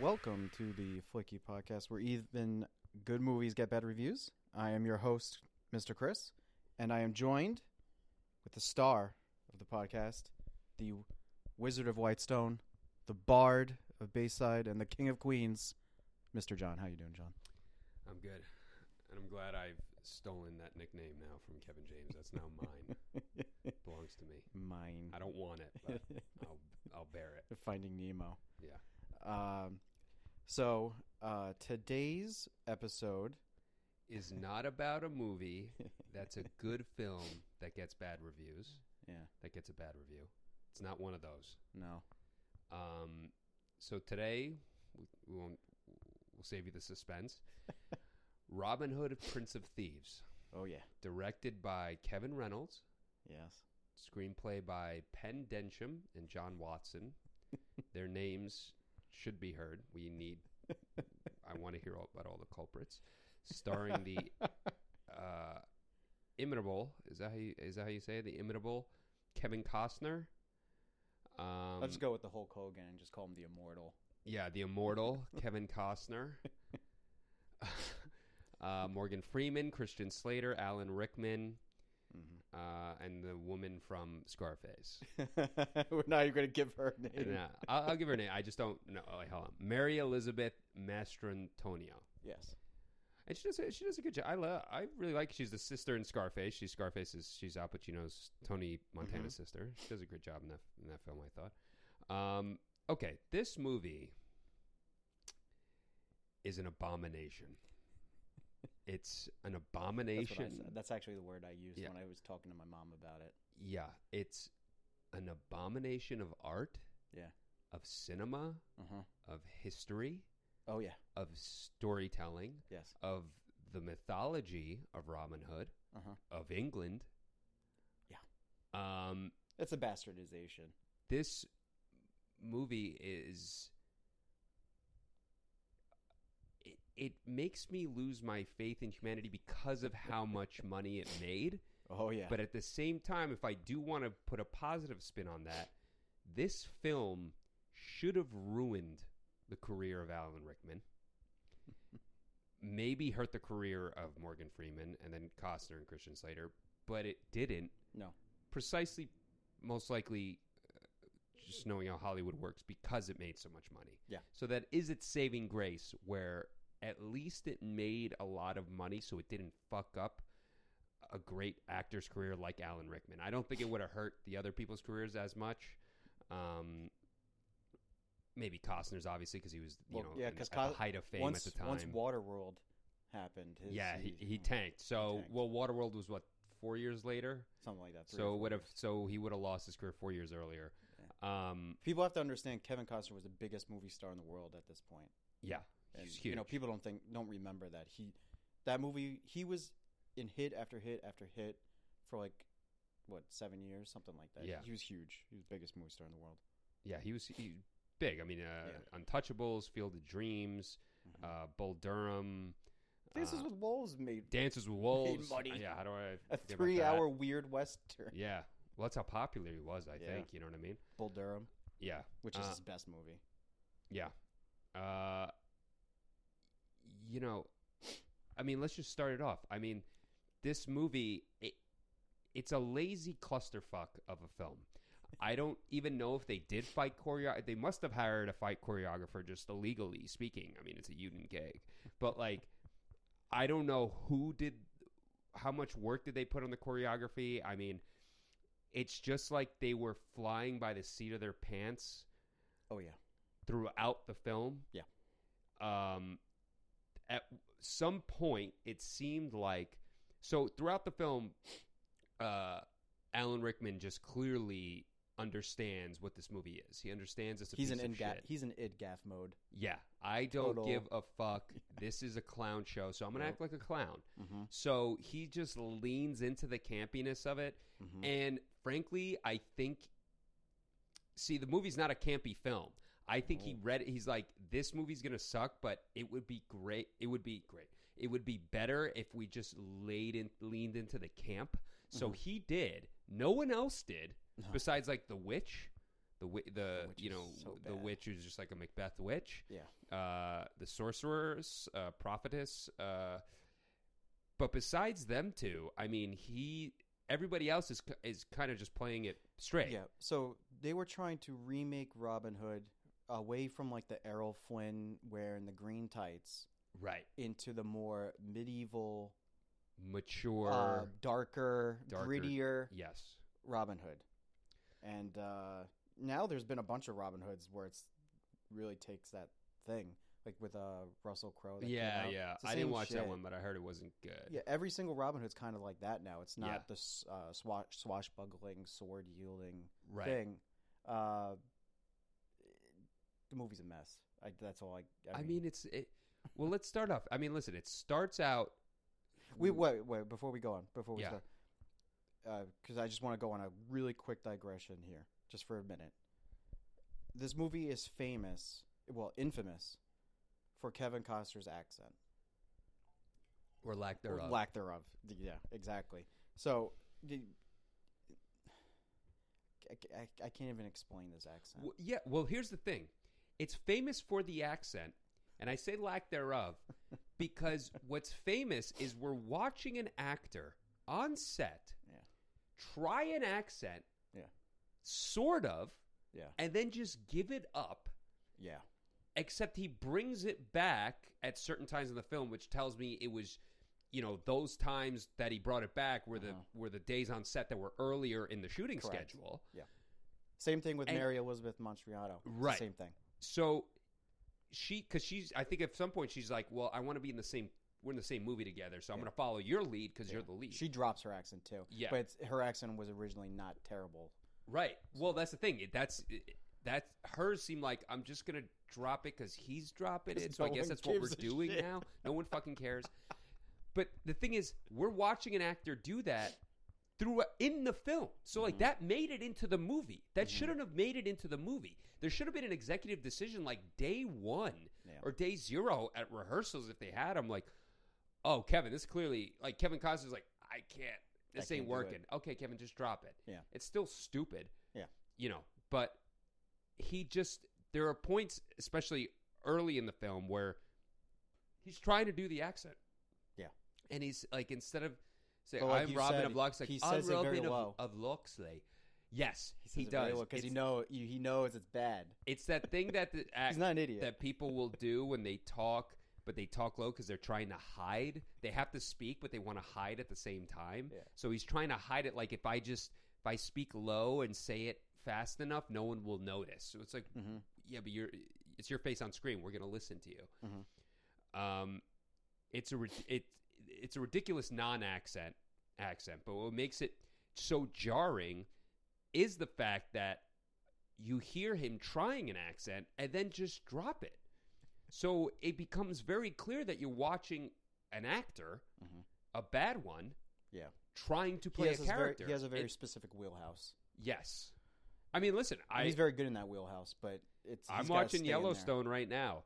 welcome to the Flicky Podcast, where even good movies get bad reviews. I am your host, Mr. Chris, and I am joined with the star of the podcast, the Wizard of Whitestone, the Bard of Bayside, and the King of Queens, Mr. John. How you doing, John? I'm good. And I'm glad I've stolen that nickname now from Kevin James. That's now mine. Belongs to me. Mine. I don't want it, but I'll I'll bear it. Finding Nemo. Yeah. Um, so uh, today's episode Is not about a movie that's a good film that gets bad reviews. Yeah. That gets a bad review. It's not one of those. No. Um, so today we, we won't we'll save you the suspense. Robin Hood Prince of Thieves, Oh yeah. directed by Kevin Reynolds, Yes. Screenplay by Penn Densham and John Watson. Their names should be heard. We need. I want to hear all, about all the culprits, starring the uh, imitable. Is that how you, is that how you say it? The imitable Kevin Costner. Um, Let's go with the Hulk Hogan and just call him the Immortal. Yeah, the immortal Kevin Costner, uh, Morgan Freeman, Christian Slater, Alan Rickman, Mm-hmm. uh, and the woman from Scarface. We're not even going to give her a name. And, uh, I'll, I'll give her a name. I just don't know. Oh, Wait, hold on. Mary Elizabeth Mastrantonio. Yes. And she does a, she does a good job. I love. I really like. She's the sister in Scarface. She's Scarface's. She's Al Pacino's Tony Montana's Mm-hmm. sister. She does a great job in that in that film. I thought. Um, okay, this movie is an abomination. It's an That's, what I abomination. said. That's actually the word I used Yeah. when I was talking to my mom about it. Yeah, it's an abomination of art. Yeah. Of cinema, Uh-huh. of history, Oh, yeah. of storytelling, Yes. of the mythology of Robin Hood, Uh-huh. of England. Yeah. Um, It's a bastardization. this movie is. It, it makes me lose my faith in humanity because of how much money it made. Oh, yeah. But at the same time, if I do want to put a positive spin on that, this film should have ruined the career of Alan Rickman. Maybe hurt the career of Morgan Freeman and then Costner and Christian Slater, but it didn't. No. Precisely, most likely, uh, just knowing how Hollywood works because it made so much money. Yeah. So that is its saving grace, where at least it made a lot of money, so it didn't fuck up a great actor's career like Alan Rickman. I don't think it would have hurt the other people's careers as much. Um, maybe Costner's obviously because he was you Well, know yeah, in- 'cause at the Cos- height of fame once, at the time. once Waterworld happened. his- yeah, he, he tanked. So tanked. well, Waterworld was what four years later. Something like that. three or so four would have years. so he would have lost his career four years earlier. Um, People have to understand Kevin Costner was the biggest movie star in the world at this point. yeah, And, he's huge. you know, people don't think, don't remember that. He, that movie, he was in hit after hit after hit for like, what, seven years? Something like that. Yeah. He was huge. He was the biggest movie star in the world. yeah, he was he, big. I mean, uh, Untouchables, Field of Dreams, Mm-hmm. uh, Bull Durham. This uh, is what Wolves made Dances with Wolves. money. Yeah, how do I? a forget about three that? hour weird western. Yeah, well, that's how popular he was. I Yeah. think you know what I mean. Bull Durham, Yeah, which is Uh, his best movie. yeah. Uh, you know, I mean, let's just start it off. I mean, this movie, it, it's a lazy clusterfuck of a film. I don't even know if they did fight choreo. They must have hired a fight choreographer, just illegally speaking. I mean, it's a Uden gig, but like, I don't know who did, how much work did they put on the choreography. I mean, it's just like they were flying by the seat of their pants Oh yeah, throughout the film. Yeah. Um, at some point, it seemed like so throughout the film, uh, Alan Rickman just clearly understands what this movie is. He understands it's a he's piece an in of gaff. shit. He's an id gaff mode. yeah, I don't Total. give a fuck. This is a clown show, so I'm gonna act like a clown. Mm-hmm. So he just leans into the campiness of it, Mm-hmm. and frankly, I think see the movie's not a campy film. I think he No. read it. He's like, this movie's gonna suck, but it would be great. It would be great. It would be better if we just laid in, leaned into the camp. So he did. No one else did No. besides like the witch, The wi- the, witch you is know so the bad. witch is just like a Macbeth witch. Yeah. Uh, the sorcerers, uh, prophetess. Uh, but besides them two, I mean, he everybody else is ki- is kind of just playing it straight. Yeah. So they were trying to remake Robin Hood away from like the Errol Flynn wearing the green tights Right. into the more medieval, Mature. uh, darker, darker- grittier yes. Robin Hood. And uh, now there's been a bunch of Robin Hoods where it's really takes that thing, like with uh, Russell Crowe. that came Yeah, out. yeah. It's the I didn't same watch shit. that one, but I heard it wasn't good. Yeah, every single Robin Hood's kind of like that now. It's Yeah. not the s uh, swash, swashbuckling, sword yielding Right. thing. Uh, the movie's a mess. I, that's all I. I mean, it's it. Well, let's start off. I mean, listen. It starts out. we wait, wait before we go on. Before we Mm. Yeah. start, because I just want to go on a really quick digression here, just for a minute. This movie is famous, well, infamous, for Kevin Costner's accent. or lack Or thereof. lack thereof. D- Yeah, exactly. So, d- I, I- I can't even explain this accent. W- yeah. Well, here's the thing. It's famous for the accent, and I say lack thereof because what's famous is we're watching an actor on set Yeah. try an accent, Yeah. sort of, Yeah. and then just give it up. Yeah, except he brings it back at certain times in the film, which tells me it was, you know, those times that he brought it back were Uh-huh. the were the days on set that were earlier in the shooting Correct. schedule. same thing with And- Mary Elizabeth Montriano. It's the Right. same thing. So she, because she's, I think at some point she's like, well, I want to be in the same, we're in the same movie together, so I'm Yeah. going to follow your lead because Yeah. you're the lead. She drops her accent too. Yeah. but it's, her accent was originally not terrible. right. Well, that's the thing. It- That's it- that's hers seemed like I'm just going to drop it because he's dropping 'Cause it. So no I guess one that's what we're gives a doing shit. now. No one fucking cares. But the thing is, we're watching an actor do that through in the film. So like Mhm. that made it into the movie. That Mhm. shouldn't have made it into the movie. There should have been an executive decision like day 1 Yeah. or day 0 at rehearsals if they had them like, "Oh, Kevin, this clearly like Kevin Costner's like, I can't. This I can't ain't do it." working. Okay, Kevin, just drop it." Yeah. It's still stupid. Yeah. You know, but he just there are points especially early in the film where he's trying to do the accent. Yeah. And he's like instead of say But like I'm you Robin said, of Loxley, he I'm says it very Robin of, low. of Loxley. Yes, says he, it very does. well, 'cause he It's- know you, he knows it's bad. it's that thing that the He's act, not an idiot. that people will do when they talk, but they talk low because they're trying to hide. They have to speak, but they want to hide at the same time. Yeah. So he's trying to hide it. Like if I just if I speak low and say it fast enough, no one will notice. So it's like, hmm yeah, but you're it's your face on screen. We're gonna listen to you. Mhm. Um, it's a rid- it it's a ridiculous non accent accent, but what makes it so jarring is the fact that you hear him trying an accent and then just drop it. So it becomes very clear that you're watching an actor, Mhm. a bad one, Yeah. trying to He play has, a his very, character. he has a very It- specific wheelhouse. yes. I mean, listen, And I he's very good in that wheelhouse, but it's. he's I'm gotta watching stay in there. Yellowstone right now.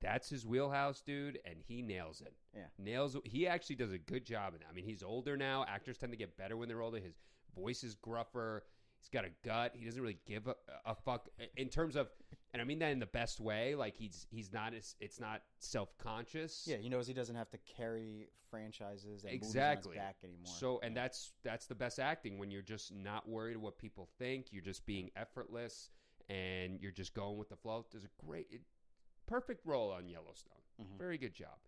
That's his wheelhouse, dude, and he nails it. Yeah. Nails he actually does a good job in that. I mean, he's older now. Actors tend to get better when they're older. His voice is gruffer. He's got a gut. He doesn't really give a, a fuck in terms of and I mean that in the best way. Like he's he's not as it's not self-conscious. Yeah, he knows he doesn't have to carry franchises and Exactly. movies on his back anymore. So and Yeah. that's that's the best acting when you're just not worried what people think. You're just being effortless and you're just going with the flow. Does a great, it, perfect role on Yellowstone. Mhm. Very good job.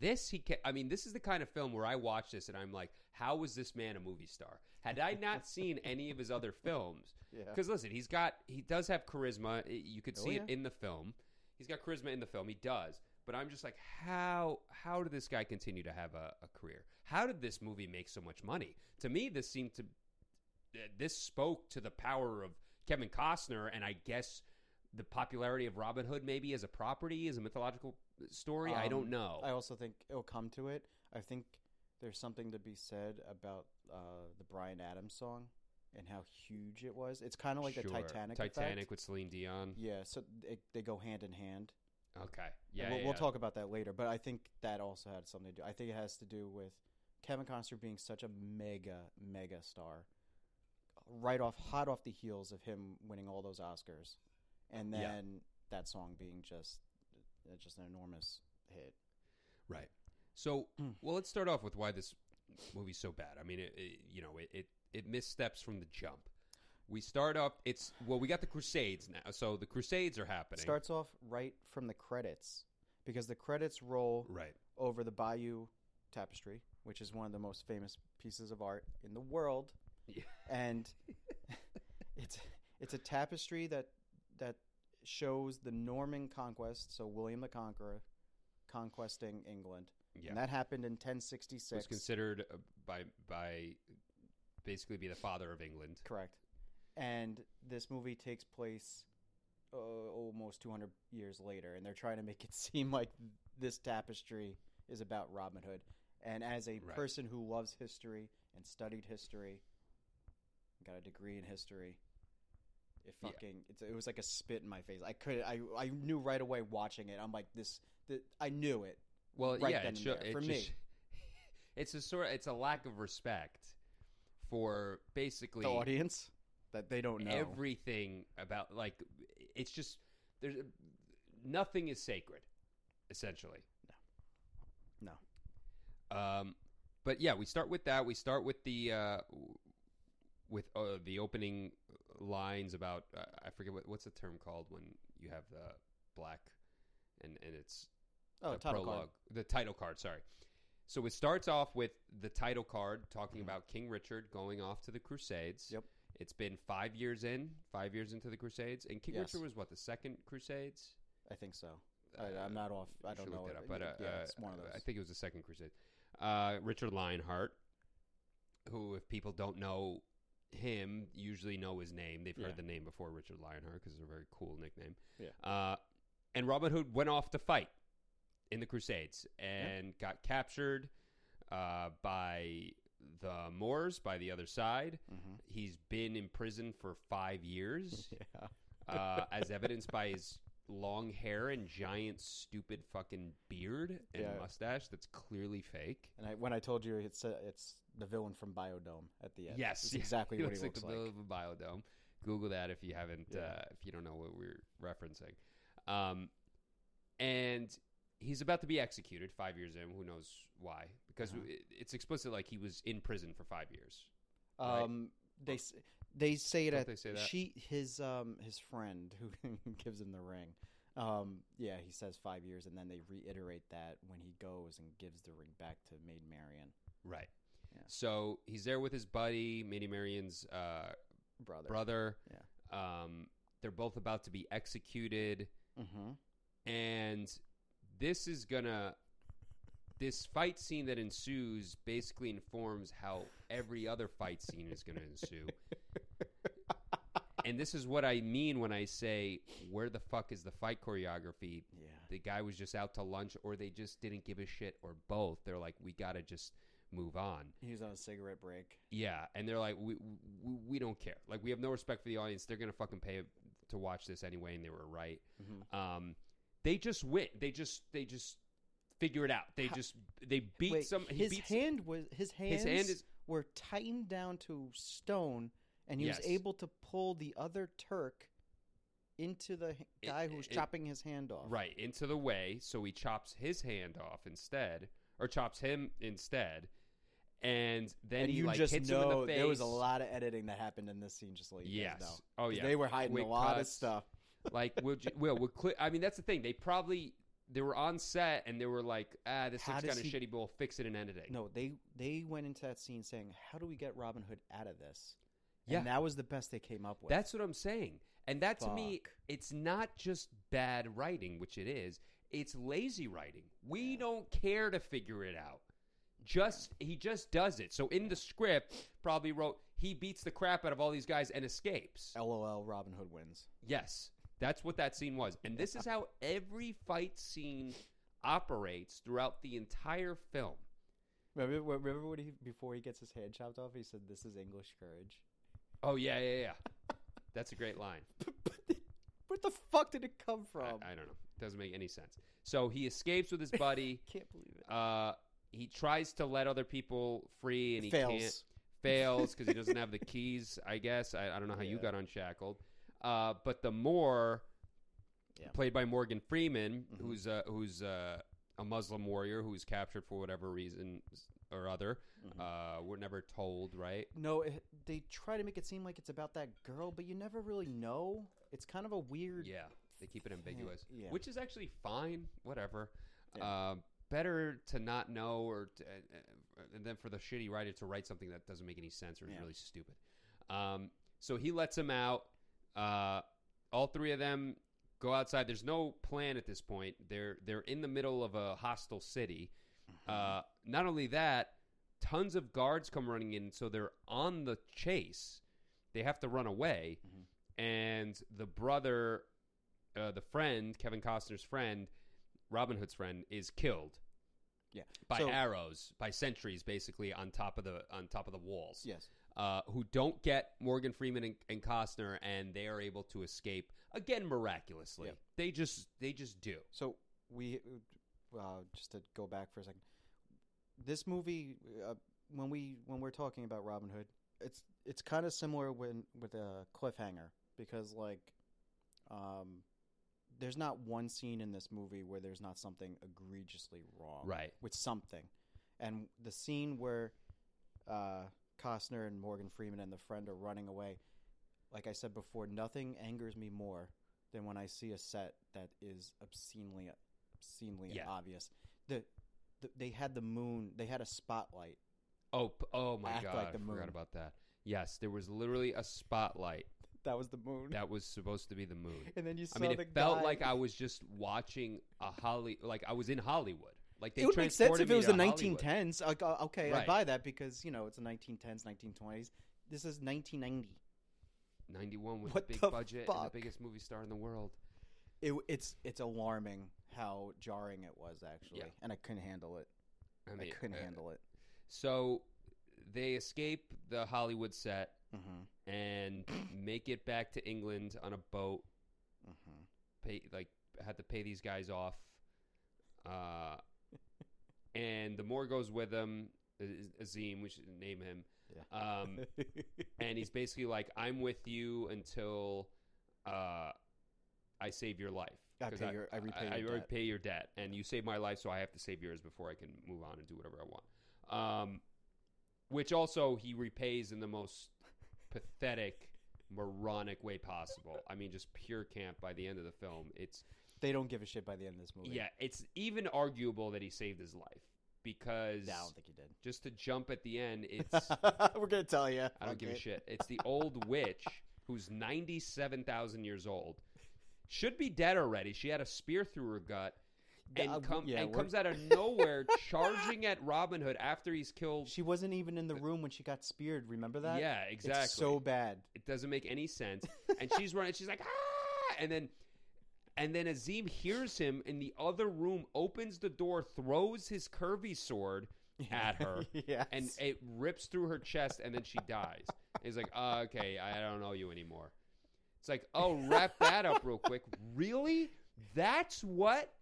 This he ca I mean, this is the kind of film where I watch this and I'm like, how was this man a movie star? Had I not seen any of his other films? yeah. Because listen, he's got he does have charisma. I- You could Oh, see it yeah. in the film. He's got charisma in the film. He does. But I'm just like, how how did this guy continue to have a, a career? How did this movie make so much money? To me, this seemed to th- this spoke to the power of Kevin Costner, and I guess the popularity of Robin Hood maybe as a property, as a mythological story. I don't Um, know. I also think it'll come to it. I think there's something to be said about uh, the Brian Adams song and how huge it was. It's kind of like the Sure. Titanic. Titanic effect. with Celine Dion. Yeah, so it, they go hand in hand. Okay, And yeah, we'll, yeah, we'll yeah. talk about that later. But I think that also had something to do. I think it has to do with Kevin Costner being such a mega mega star. right off, hot off the heels of him winning all those Oscars, and then Yeah. that song being just uh, just an enormous hit. Right. So, Mm. well, let's start off with why this movie's so bad. I mean, it, it, you know, it, it it missteps from the jump. We start up. It's well, we got the Crusades now, so the Crusades are It happening. starts off right from the credits because the credits roll right. over the Bayou Tapestry, which is one of the most famous pieces of art in the world, Yeah. and it's it's a tapestry that that shows the Norman conquest, so William the Conqueror conquesting England, Yeah. and that happened in was 1066. considered uh, by by basically be the father of England. Correct, and this movie takes place. Uh, almost 200 years later, and they're trying to make it seem like this tapestry is about Robin Hood. And as a Right. person who loves history and studied history, got a degree in history, it Yeah. fucking it's, it was like a spit in my face. I could I I knew right away watching it. I'm like this. The, I knew it. Well, Right yeah, then it and sho- there, it for me. just- it's a sort. It's a lack of respect for basically The audience that they don't know. everything about like it's just there's nothing is sacred essentially No. um but yeah we start with that we start with the uh w- with uh, the opening lines about uh, i forget what, what's the term called when you have the black and and it's oh, the title card. prologue, the title card. Sorry. So it starts off with the title card talking about King Richard going off to the Crusades. Mm-hmm. Yep. It's been five years in, five years into the Crusades, and King Yes. Richard was what the second Crusades. I think so. I, I'm not off. I don't Uh, should know. look that it- up, but uh, yeah, uh, it's one of those. I think it was the second Crusade. Uh, Richard Lionheart, who, if people don't know him, usually know his name. They've heard Yeah. the name before, Richard Lionheart, because it's a very cool nickname. Yeah. Uh, and Robin Hood went off to fight in the Crusades and got captured uh, by the Moors by the other side. Mhm. He's been in prison for five years Yeah. uh, as evidenced by his long hair and giant, stupid fucking beard and Yeah. mustache that's clearly fake. And I, when I told you it's uh, it's the villain from Biodome at the end. yes, it's yeah. exactly he what looks he looks the like. villain of a biodome. Google that if you haven't, Yeah. uh, if you don't know what we're referencing. Um, and he's about to be executed five years in. Who knows why? Because Uh-huh. it- it's explicit, like he was in prison for five years. right? Um, they s- they say Don't that they say that? she his um his friend who gives him the ring. Um, yeah, he says five years, and then they reiterate that when he goes and gives the ring back to Maid Marian Right. Yeah. So he's there with his buddy, Minnie Marion's uh, brother. brother. Um, they're both about to be executed, Mm-hmm. and this is gonna. This fight scene that ensues basically informs how every other fight scene is going to ensue. And this is what I mean when I say, where the fuck is the fight choreography? Yeah, The guy was just out to lunch, or they just didn't give a shit, or both. They're like, we got to just move on. he was on a cigarette break. Yeah, and they're like, we, we we don't care. Like, we have no respect for the audience. They're gonna fucking pay to watch this anyway, and they were right. Mhm. Um, they just win. They just they just figure it out. They How- just they beat Wait, some. He his beats, hand was his hands his hand is were tightened down to stone, and he Yes. was able to pull the other Turk into the h- It- guy who was it- chopping his hand off. right into the way, so he chops his hand off instead, or chops him instead, and then and, he you like just hits know him in the face. there was a lot of editing that happened in this scene. Just like Yes. know. Oh 'Cause yeah. they were hiding Quick a lot of cuts. stuff. Like we'll ju- we'll, we'll clear. I mean, that's the thing. They probably they were on set and they were like, ah, this How looks does kind of he- shitty, but we'll fix it in editing. No, they they went into that scene saying, "How do we get Robin Hood out of this?" Yeah. and that was the best they came up with. that's what I'm saying. And that to me, Fuck. it's not just bad writing, which it is. It's lazy writing. We Yeah. don't care to figure it out. Just he just does it. So in the script, probably wrote he beats the crap out of all these guys and escapes. LOL. Robin Hood wins. Yes, that's what that scene was. And this is how every fight scene operates throughout the entire film. Remember, remember what he before he gets his hand chopped off, he said, "This is English courage." Oh yeah, yeah, yeah. That's a great line. Where the fuck did it come I, from? I, I don't know. Doesn't make any sense. So he escapes with his buddy. can't believe it. Uh, he tries to let other people free, and he Fails. can't. fails because he doesn't have the keys. I guess I, I don't know how you Yeah. got unshackled, uh, but the Moor, Yeah. played by Morgan Freeman, Mhm. who's uh, who's uh, a Muslim warrior who's captured for whatever reason or other. Mm-hmm. Uh, we're never told, right? No, it, they try to make it seem like it's about that girl, but you never really know. It's kind of a weird. Yeah, they keep it ambiguous, Yeah. which is actually fine. Whatever. Uh, better to not know, or to, uh, and then for the shitty writer to write something that doesn't make any sense or is Yeah. really stupid. Um, so he lets him out. Uh, all three of them go outside. There's no plan at this point. They're they're in the middle of a hostile city. Mm-hmm. Uh, not only that, tons of guards come running in, so they're on the chase. They have to run away, Mhm. and the brother, uh, the friend, Kevin Costner's friend, Robin Hood's friend, is killed. Yeah. by So- arrows, by sentries, basically on top of the on top of the walls Yes. uh, who don't get Morgan Freeman and, and Costner, and they are able to escape again miraculously. Yep. They just they just do. So we, uh, just to go back for a second, this movie uh, when we when we're talking about Robin Hood, it's it's kind of similar when with a cliffhanger because like, um, there's not one scene in this movie where there's not something egregiously wrong Right. with something, and the scene where uh, Costner and Morgan Freeman and the friend are running away, like I said before, nothing angers me more than when I see a set that is obscenely, obscenely Yeah. obvious. The, the they had the moon, they had a spotlight. Oh, p- oh my Act god! like the I moon. forgot about that. Yes, there was literally a spotlight That was the moon, that was supposed to be the moon. and then you saw I mean, the it felt guy- like I was just watching a Holly, like I was in Hollywood. Like they it would make sense transported if me it was to the Hollywood. 1910s. Like, uh, okay, I Right. buy that because you know it's the 1910s, 1920s. This is 1990. 91 with What the big the budget and the fuck? biggest movie star in the world. It, it's it's alarming how jarring it was actually, Yeah. and I couldn't handle it. I I, mean, couldn't uh, handle it. So they escape the Hollywood set. Mm-hmm. and make it back to England on a boat. Mm-hmm. Pay like had to pay these guys off, uh, and the Moor goes with him. Az- Azim, we should name him, Mm-hmm. um, and he's basically like, "I'm with you until uh, I save your life. I 'Cause pay your- I repay I, your debt." repay your debt, and you saved my life, so I have to save yours before I can move on and do whatever I want." Um, which also he repays in the most pathetic, moronic way possible. I mean, just pure camp by the end of the film. It's they don't give a shit by the end of this movie. yeah, it's even arguable that he saved his life because No, I don't think he did. just to jump at the end, it's We're gonna tell you. I don't give a shit. It's the old witch who's 97,000 years old. Should be dead already. She had a spear through her gut Yeah, uh, and, come, yeah, and we're- comes out of nowhere charging at Robin Hood after he's killed. She wasn't even in the room when she got speared. Remember that? Uh, yeah, exactly. It's so bad. it doesn't make any sense. And she's running. She's like, ah! And then, and then Azim hears him in the other room, opens the door, throws his curvy sword at her, yeah. and it rips through her chest, and then she dies. And he's like, oh, okay, I don't know you anymore. It's like, oh, wrap that up real quick. Really? That's what?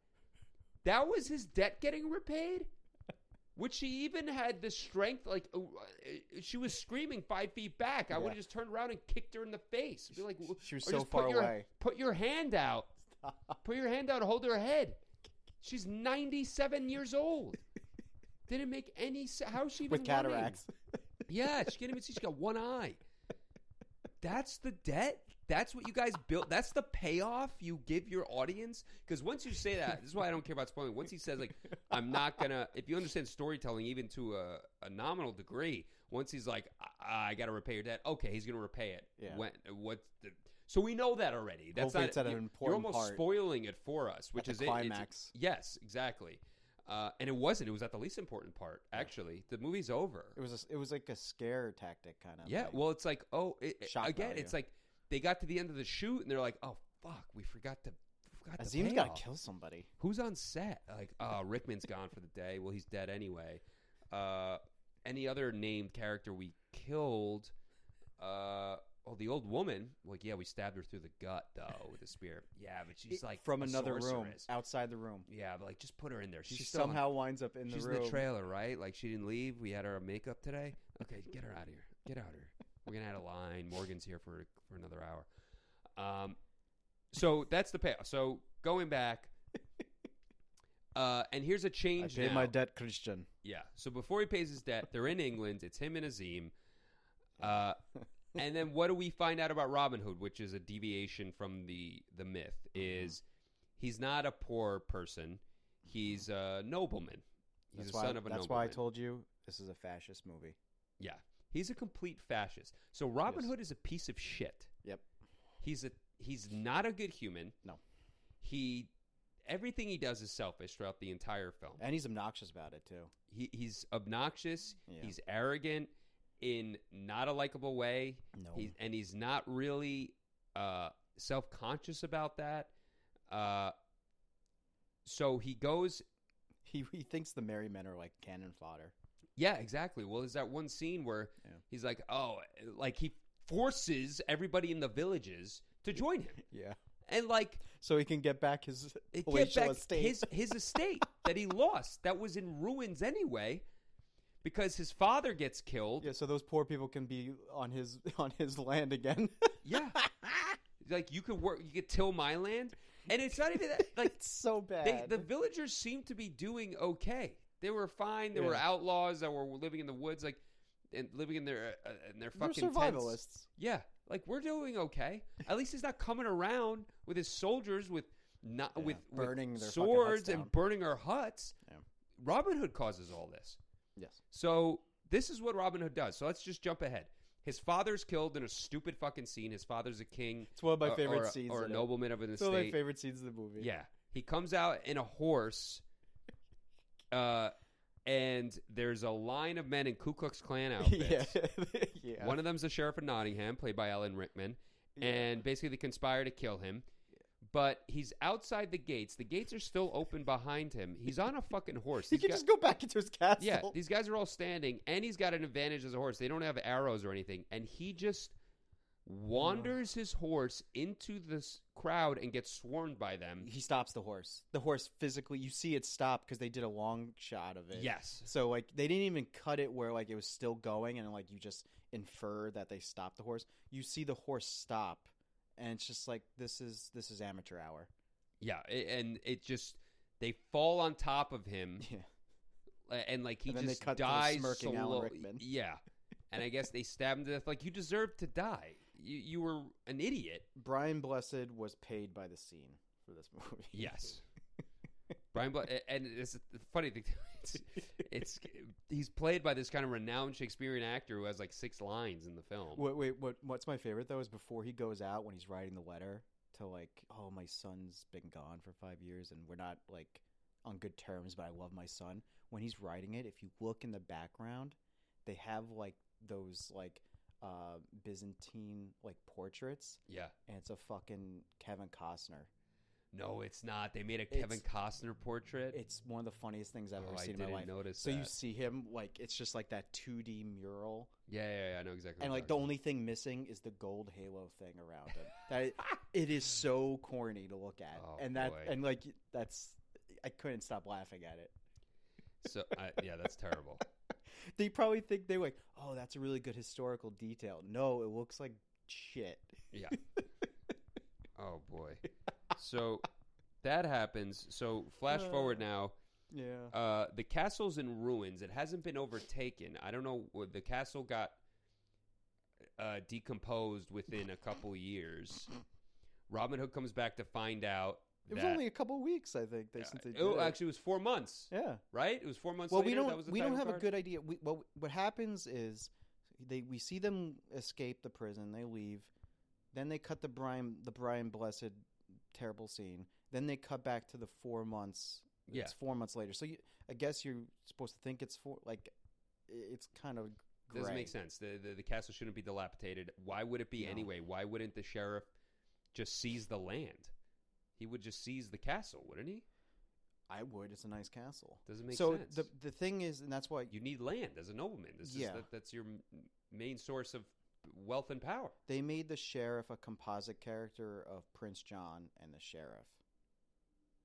That was his debt getting repaid? Which she even had the strength, like, uh, uh, she was screaming five feet back. I Yeah. would have just turned around and kicked her in the face. Be like, w- she was or so just put far your- away. Put your hand out. Put your hand out. Hold her head. She's 97 years old. Didn't make any sense. How is she even With running? cataracts. Yeah, she can't even see. She's got one eye. That's the debt. That's what you guys built. That's the payoff you give your audience. Because once you say that, this is why I don't care about spoiling. Once he says like, "I'm not gonna," if you understand storytelling even to a, a nominal degree, once he's like, "I, I got to repay your debt," okay, he's gonna repay it. Yeah. When what? The, so we know that already. That's Hopefully not it's at an You're important almost part. spoiling it for us, which the is it. It's- climax. yes, exactly. Uh, and it wasn't. It was at the least important part. Actually, the movie's over. It was a, it was like a scare tactic kind of. Yeah, well, it's like oh, it, it- Shock again, value. it's like they got to the end of the shoot and they're like, oh fuck, we forgot to forgot the Azim's got payoff. to kill somebody. Who's on set? Like, oh, Rickman's gone for the day. Well, he's dead anyway. Uh, any other named character we killed? Uh, oh, the old woman. Like, yeah, we stabbed her through the gut though with a spear. Yeah, but she's It- like from a another room, sorceress. outside the room. Yeah, but like just put her in there. She's she still on- somehow winds up in she's the room. in the trailer, right? Like she didn't leave. We had her on makeup today. Okay, get her out of here. Get out here. We're gonna add a line. Morgan's here for for another hour. Um, so that's the payoff. So going back, uh, and here's a I change. paid now. my debt, Christian. Yeah. So before he pays his debt, they're in England. It's him and Azim. Uh, and then what do we find out about Robin Hood, which is a deviation from the the myth? Uh-huh. Is he's not a poor person. He's a nobleman. He's That's a why, son of a That's nobleman. why I told you this is a fascist movie. Yeah. He's a complete fascist. So Robin Yes. Hood is a piece of shit. Yep. He's a he's not a good human. No. He everything he does is selfish throughout the entire film. And he's obnoxious about it too. He, he's obnoxious, Yeah. he's arrogant in not a likable way. no. He's, and he's not really uh, self conscious about that. Uh, so he goes. he he thinks the merry men are like cannon fodder. Yeah, exactly. Well, there's that one scene where Yeah. he's like, oh, like he forces everybody in the villages to join him, Yeah. and like So he can get back his get palatial back estate. his his estate that he lost that was in ruins anyway, because his father gets killed. yeah, so those poor people can be on his on his land again. Yeah. like you could work, you could till my land, and it's not even that. Like it's so they, bad. the villagers seemed to be doing okay. They were fine. There were Yeah. outlaws that were living in the woods, like and living in their uh, in their They're fucking survivalists. Tents. Yeah, like we're doing okay. At least he's not coming around with his soldiers with not Yeah, with burning with their fucking huts swords down. and burning our huts. Yeah. Robin Hood causes all this. Yes. So this is what Robin Hood does. So let's just jump ahead. His father's killed in a stupid fucking scene. His father's a king. It's one of my or- favorite or, a- scenes. or a in it. nobleman of an It's estate. one of my favorite scenes in the movie. Yeah. He comes out in a horse. Uh, and there's a line of men in Ku Klux Klan outfits. yeah. yeah. One of them's the sheriff of Nottingham, played by Alan Rickman. Yeah. And basically, they conspire to kill him. But he's outside the gates. The gates are still open behind him. He's on a fucking horse. he These can guy- just go back into his castle. yeah, these guys are all standing, and he's got an advantage as a horse. They don't have arrows or anything, and he just wanders his horse into this crowd and gets swarmed by them. he stops the horse. The horse physically, you see it stop because they did a long shot of it. Yes. So like they didn't even cut it where like it was still going and like you just infer that they stopped the horse. You see the horse stop, and it's just like this is this is amateur hour. Yeah, a- and it just they fall on top of him, Yeah. a- and like he And then they just cut to the dies. smirking Alan slow- Rickman. Yeah, and I guess they stab him to death. Like you deserve to die. You you were an idiot. Brian Blessed was paid by the scene for this movie. Yes. Brian, Bla- and it's the funny thing. It's, it's he's played by this kind of renowned Shakespearean actor who has like six lines in the film. Wait, wait, what? What's my favorite though is before he goes out when he's writing the letter to like, oh, my son's been gone for five years and we're not like on good terms, but I love my son. When he's writing it, if you look in the background, they have like those like uh, Byzantine like portraits, yeah, and it's a fucking Kevin Costner. no, it's not. They made a Kevin Costner portrait. It's one of the funniest things I've oh, ever I seen in didn't my life. notice. So that. you see him like it's just like that 2D mural. yeah, yeah, yeah, I know exactly. and what like the you're only thing missing is the gold halo thing around him. That it, it is so corny to look at, Oh, and that boy. and like that's I couldn't stop laughing at it. talking about. So I, yeah, that's terrible. They probably think they were like, oh, that's a really good historical detail. No, it looks like shit. Yeah. Oh boy. So that happens. So flash forward now. Yeah, Uh, the castle's in ruins. It hasn't been overtaken. I don't know. wh- The castle got uh, decomposed within a couple years. Robin Hood comes back to find out. it was that- only a couple weeks, I think, they, uh, since they did oh, it. actually, it was four months, Yeah. right? It was four months. Well, later, we that don't was the we don't title have a card? good idea. We, well, what happens is they we see them escape the prison. They leave. Then they cut the Brian the Brian Blessed terrible scene. Then they cut back to the four months. Yeah. It's four months later. So you, I guess you're supposed to think it's four. Like i- it's kind of gray. Doesn't make sense. The, the the castle shouldn't be dilapidated. Why would it be No. anyway? Why wouldn't the sheriff just seize the land? He would just seize the castle, wouldn't he? I would. It's a nice castle. Doesn't make so sense. the the thing is, and that's why you need land as a nobleman. This Yeah. is that, that's your m- main source of wealth and power. they made the sheriff a composite character of Prince John and the sheriff.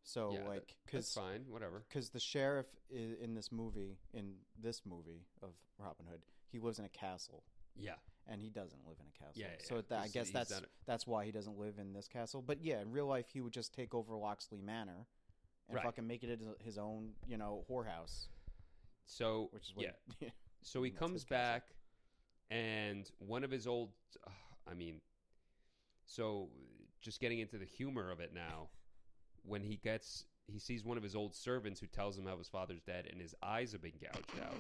So Yeah, that- like That's because fine, whatever. because the sheriff i in this movie, in this movie of Robin Hood, he lives in a castle, Yeah. and he doesn't live in a castle. Yeah, yeah, so yeah. That, I He's- guess he's that's done it. that's why he doesn't live in this castle. But yeah, in real life, he would just take over Loxley Manor and Right. fucking make it his- his own, you know, whorehouse, So which is what. Yeah. So he And that's his comes castle. back, and one of his old. ugh, I mean, so just getting into the humor of it now, when he gets. He sees one of his old servants who tells him how his father's dead and his eyes have been gouged out.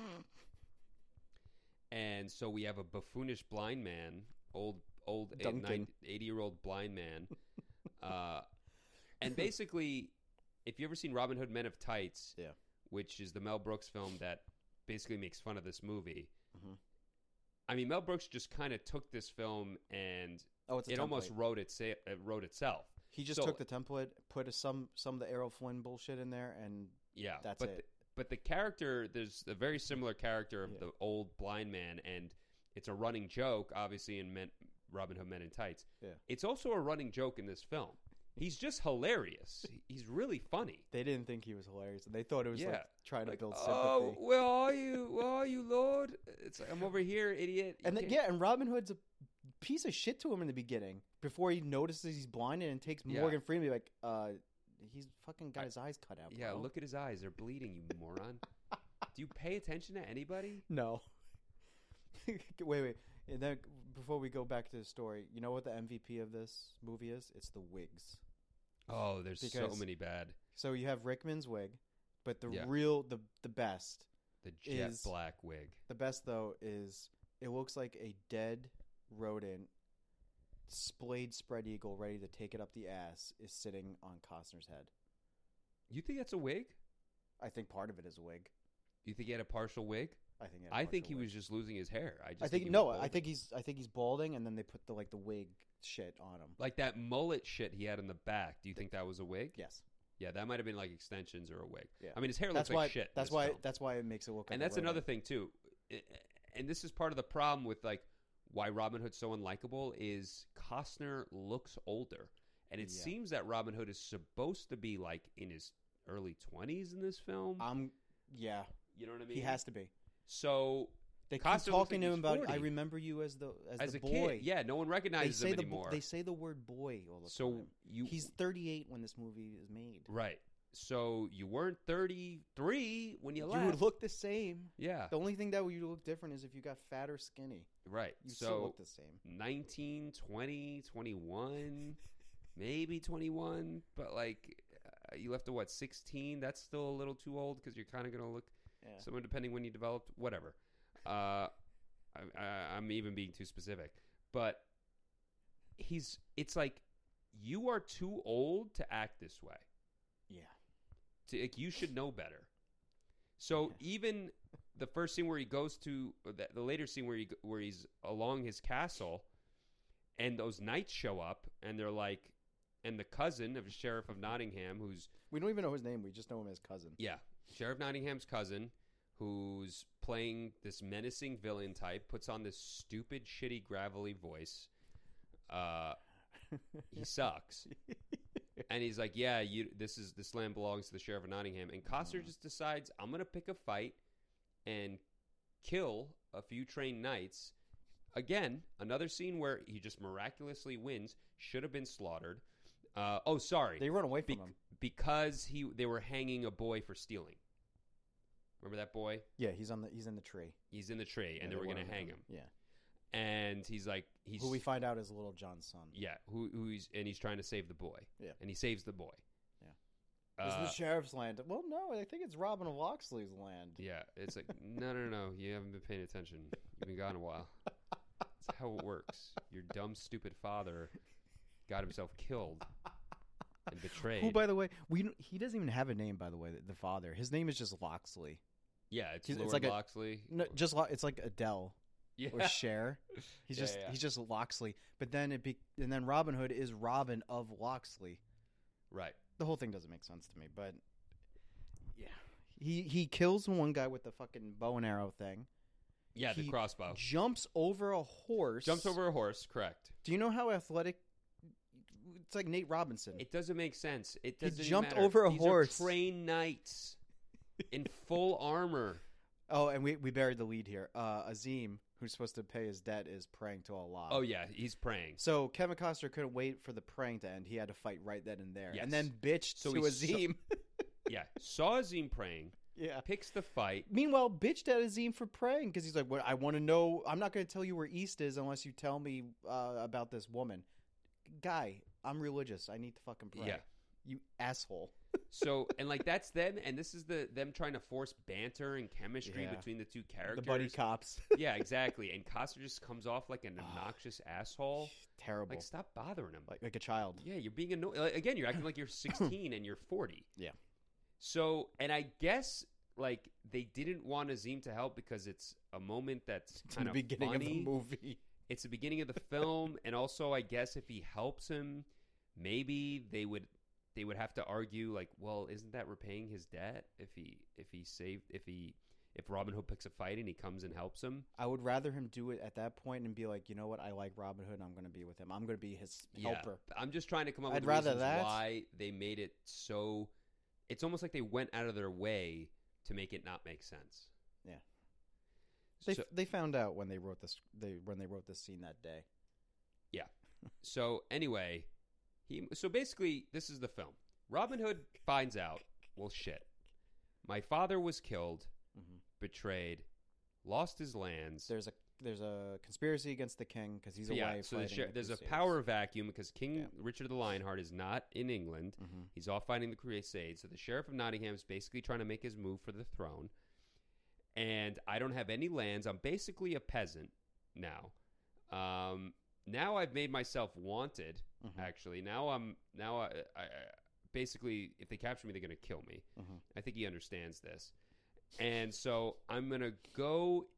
And so we have a buffoonish blind man, old old eight- Duncan. nine- 80 year old blind man. uh, and basically, if you ever seen Robin Hood Men of Tights, Yeah. which is the Mel Brooks film that basically makes fun of this movie. Mhm. I mean, Mel Brooks just kind of took this film and oh, it's a it almost template. wrote itse- it wrote itself. He just so- took the template, put a, some some of the Errol Flynn bullshit in there, and Yeah, That's but it. The, but the character, there's a very similar character of Yeah. the old blind man, and it's a running joke, obviously in Men, Robin Hood Men in Tights. Yeah. It's also a running joke in this film. He's just hilarious. He's really funny. they didn't think he was hilarious. They thought it was like Yeah. trying Like, to build sympathy. oh, where are you? Where are you, Lord? It's like, I'm over here, idiot. You and then, can't- yeah, and Robin Hood's a piece of shit to him in the beginning before he notices he's blinded and takes Yeah. Morgan Freeman like, uh, he's fucking got I- his eyes cut out. Yeah, bro. look at his eyes. They're bleeding, you moron. Do you pay attention to anybody? No. wait, wait. And then before we go back to the story, you know what the MVP of this movie is? It's the wigs. Oh, there's so Because- many bad. So you have Rickman's wig, but the Yeah. real the the best, The jet Is- black wig. the best though is it looks like a dead rodent splayed spread eagle ready to take it up the ass is sitting on Costner's head. You think that's a wig? I think part of it is a wig. You think he had a partial wig? I think it had a I think partial he wig. was just losing his hair. I just I think he was no, I balding. think he's I think he's balding and then they put the like the wig shit on him. like that mullet shit he had in the back. Do you think that was a wig? Yes. Yeah, that might have been like extensions or a wig. Yeah. I mean, his hair that's looks why like shit. in that's this why film. that's why it makes it look like and a that's rodent. another thing too I- and this is part of the problem with like why robin hood's so unlikable is costner looks older and it Yeah. seems that robin hood is supposed to be like in his early 20s in this film I'm yeah, you know what i mean Um, he has to be. so They keep Costa looks talking to like he's him about 40. I remember you as the as, as the a boy. kid yeah no one they recognizes say him the bo- anymore they say the word boy all the so time. you He's 38 when this movie is made. right so you weren't 33 when you You left would look the same. yeah The only thing that would you look different is if you got fat or skinny. right You so still look the same. 19, 20, 21, maybe 21, but like uh, you left at what, 16? That's still a little too old because you're kind of going to look Yeah. someone depending when you developed, whatever. Uh, I, I, I'm even being too specific, but he's, it's like you are too old to act this way. yeah. To, like, you should know better. So even the first scene where he goes to or the, the later scene where he g- where he's along his castle, and those knights show up, and they're like, and the cousin of the sheriff of Nottingham, who's We don't even know his name. We just know him as cousin. yeah, sheriff Nottingham's cousin, who's playing this menacing villain type, puts on this stupid, shitty, gravelly voice. Uh, he sucks. and he's like, "Yeah, you. This is this land belongs to the sheriff of Nottingham." And Costner Mhm. just decides, "I'm going to pick a fight and kill a few trained knights." Again, another scene where he just miraculously wins. Should have been slaughtered. Uh, oh, sorry, They run away from Bec- him. because he they were hanging a boy for stealing. Remember that boy? Yeah, he's on the he's in the tree. He's in the tree, Yeah, and they were want going to hang him. Yeah. And he's like, he's Who we find out is little John's son. yeah, who who's and he's trying to save the boy. Yeah. and he saves the boy. Yeah. Uh, it's the sheriff's land. Well, no, I think it's Robin of Loxley's land. Yeah, it's like no, no, no, no. You haven't been paying attention. You've been gone a while. That's how it works. Your dumb, stupid father got himself killed and betrayed. Who, by the way, we don't- he doesn't even have a name. By the way, the, the father, his name is just Loxley. yeah, it's, It's Lord like a- Loxley. No, just Lo- it's like Adele yeah, or Cher. He's Yeah, just yeah. he's just Loxley. But then it be and then Robin Hood is Robin of Loxley. right. The whole thing doesn't make sense to me, but yeah, he he kills one guy with the fucking bow and arrow thing. Yeah, the He crossbow Jumps over a horse. Oh. jumps over a horse. Correct. Do you know how athletic? It's like Nate Robinson. It doesn't make sense. It doesn't. even jumped matter. over a These horse. Are trained knights in full armor. Oh, and we, we buried the lead here. Uh, Azim who's supposed to pay his debt is praying to Allah. Oh yeah, he's praying. So Kevin Costner couldn't wait for the praying to end. He had to fight right then and there, Yes. and then bitched So to he so- Azim. Yeah, saw Azim praying, yeah. picks the fight. Meanwhile, bitched at Azim for praying because he's like, "What? I want to know. I'm not going to tell you where East is unless you tell me uh, about this woman." Guy, I'm religious. I need to fucking pray. Yeah. You asshole. So and like that's them, and this is the them trying to force banter and chemistry Yeah. between the two The characters. buddy cops. yeah, exactly. And Costner just comes off like an Ah. obnoxious asshole. Terrible. Like stop bothering him. Like, like a child. Yeah, you're being annoying. again, you're acting like you're 16 and you're 40. Yeah. So, and I guess like they didn't want Azim to help because it's a moment that's It's in kind the of beginning funny. of the movie. It's the beginning of the film, and also I guess if he helps him, maybe they would they would have to argue like, well, isn't that repaying his debt if he if he saved if he if Robin Hood picks a fight and he comes and helps him? I would rather him do it at that point and be like, you know what? I like Robin Hood. and I'm going to be with him. I'm going to be his Yeah. helper. I'm just trying to come up I'd with rather reasons that. why they made it so. It's almost like they went out of their way to make it not make sense. Yeah. They, so, they found out when they wrote this. They when they wrote this scene that day. so anyway, he. So basically, this is the film. Robin Hood finds out. Well, shit. My father was killed, Mhm. betrayed, lost his lands. There's a there's a conspiracy against the king because he's So, yeah, away. so the fighting share- the there's a Crusades. power vacuum because King Yeah. Richard the Lionheart is not in England. Mhm. He's off fighting the Crusades. So the sheriff of Nottingham is basically trying to make his move for the throne. And I don't have any lands. I'm basically a peasant now. Um, now I've made myself wanted. Mhm. Actually, now I'm now I, I, I basically if they capture me, they're gonna kill me. Mhm. I think he understands this, and so I'm gonna go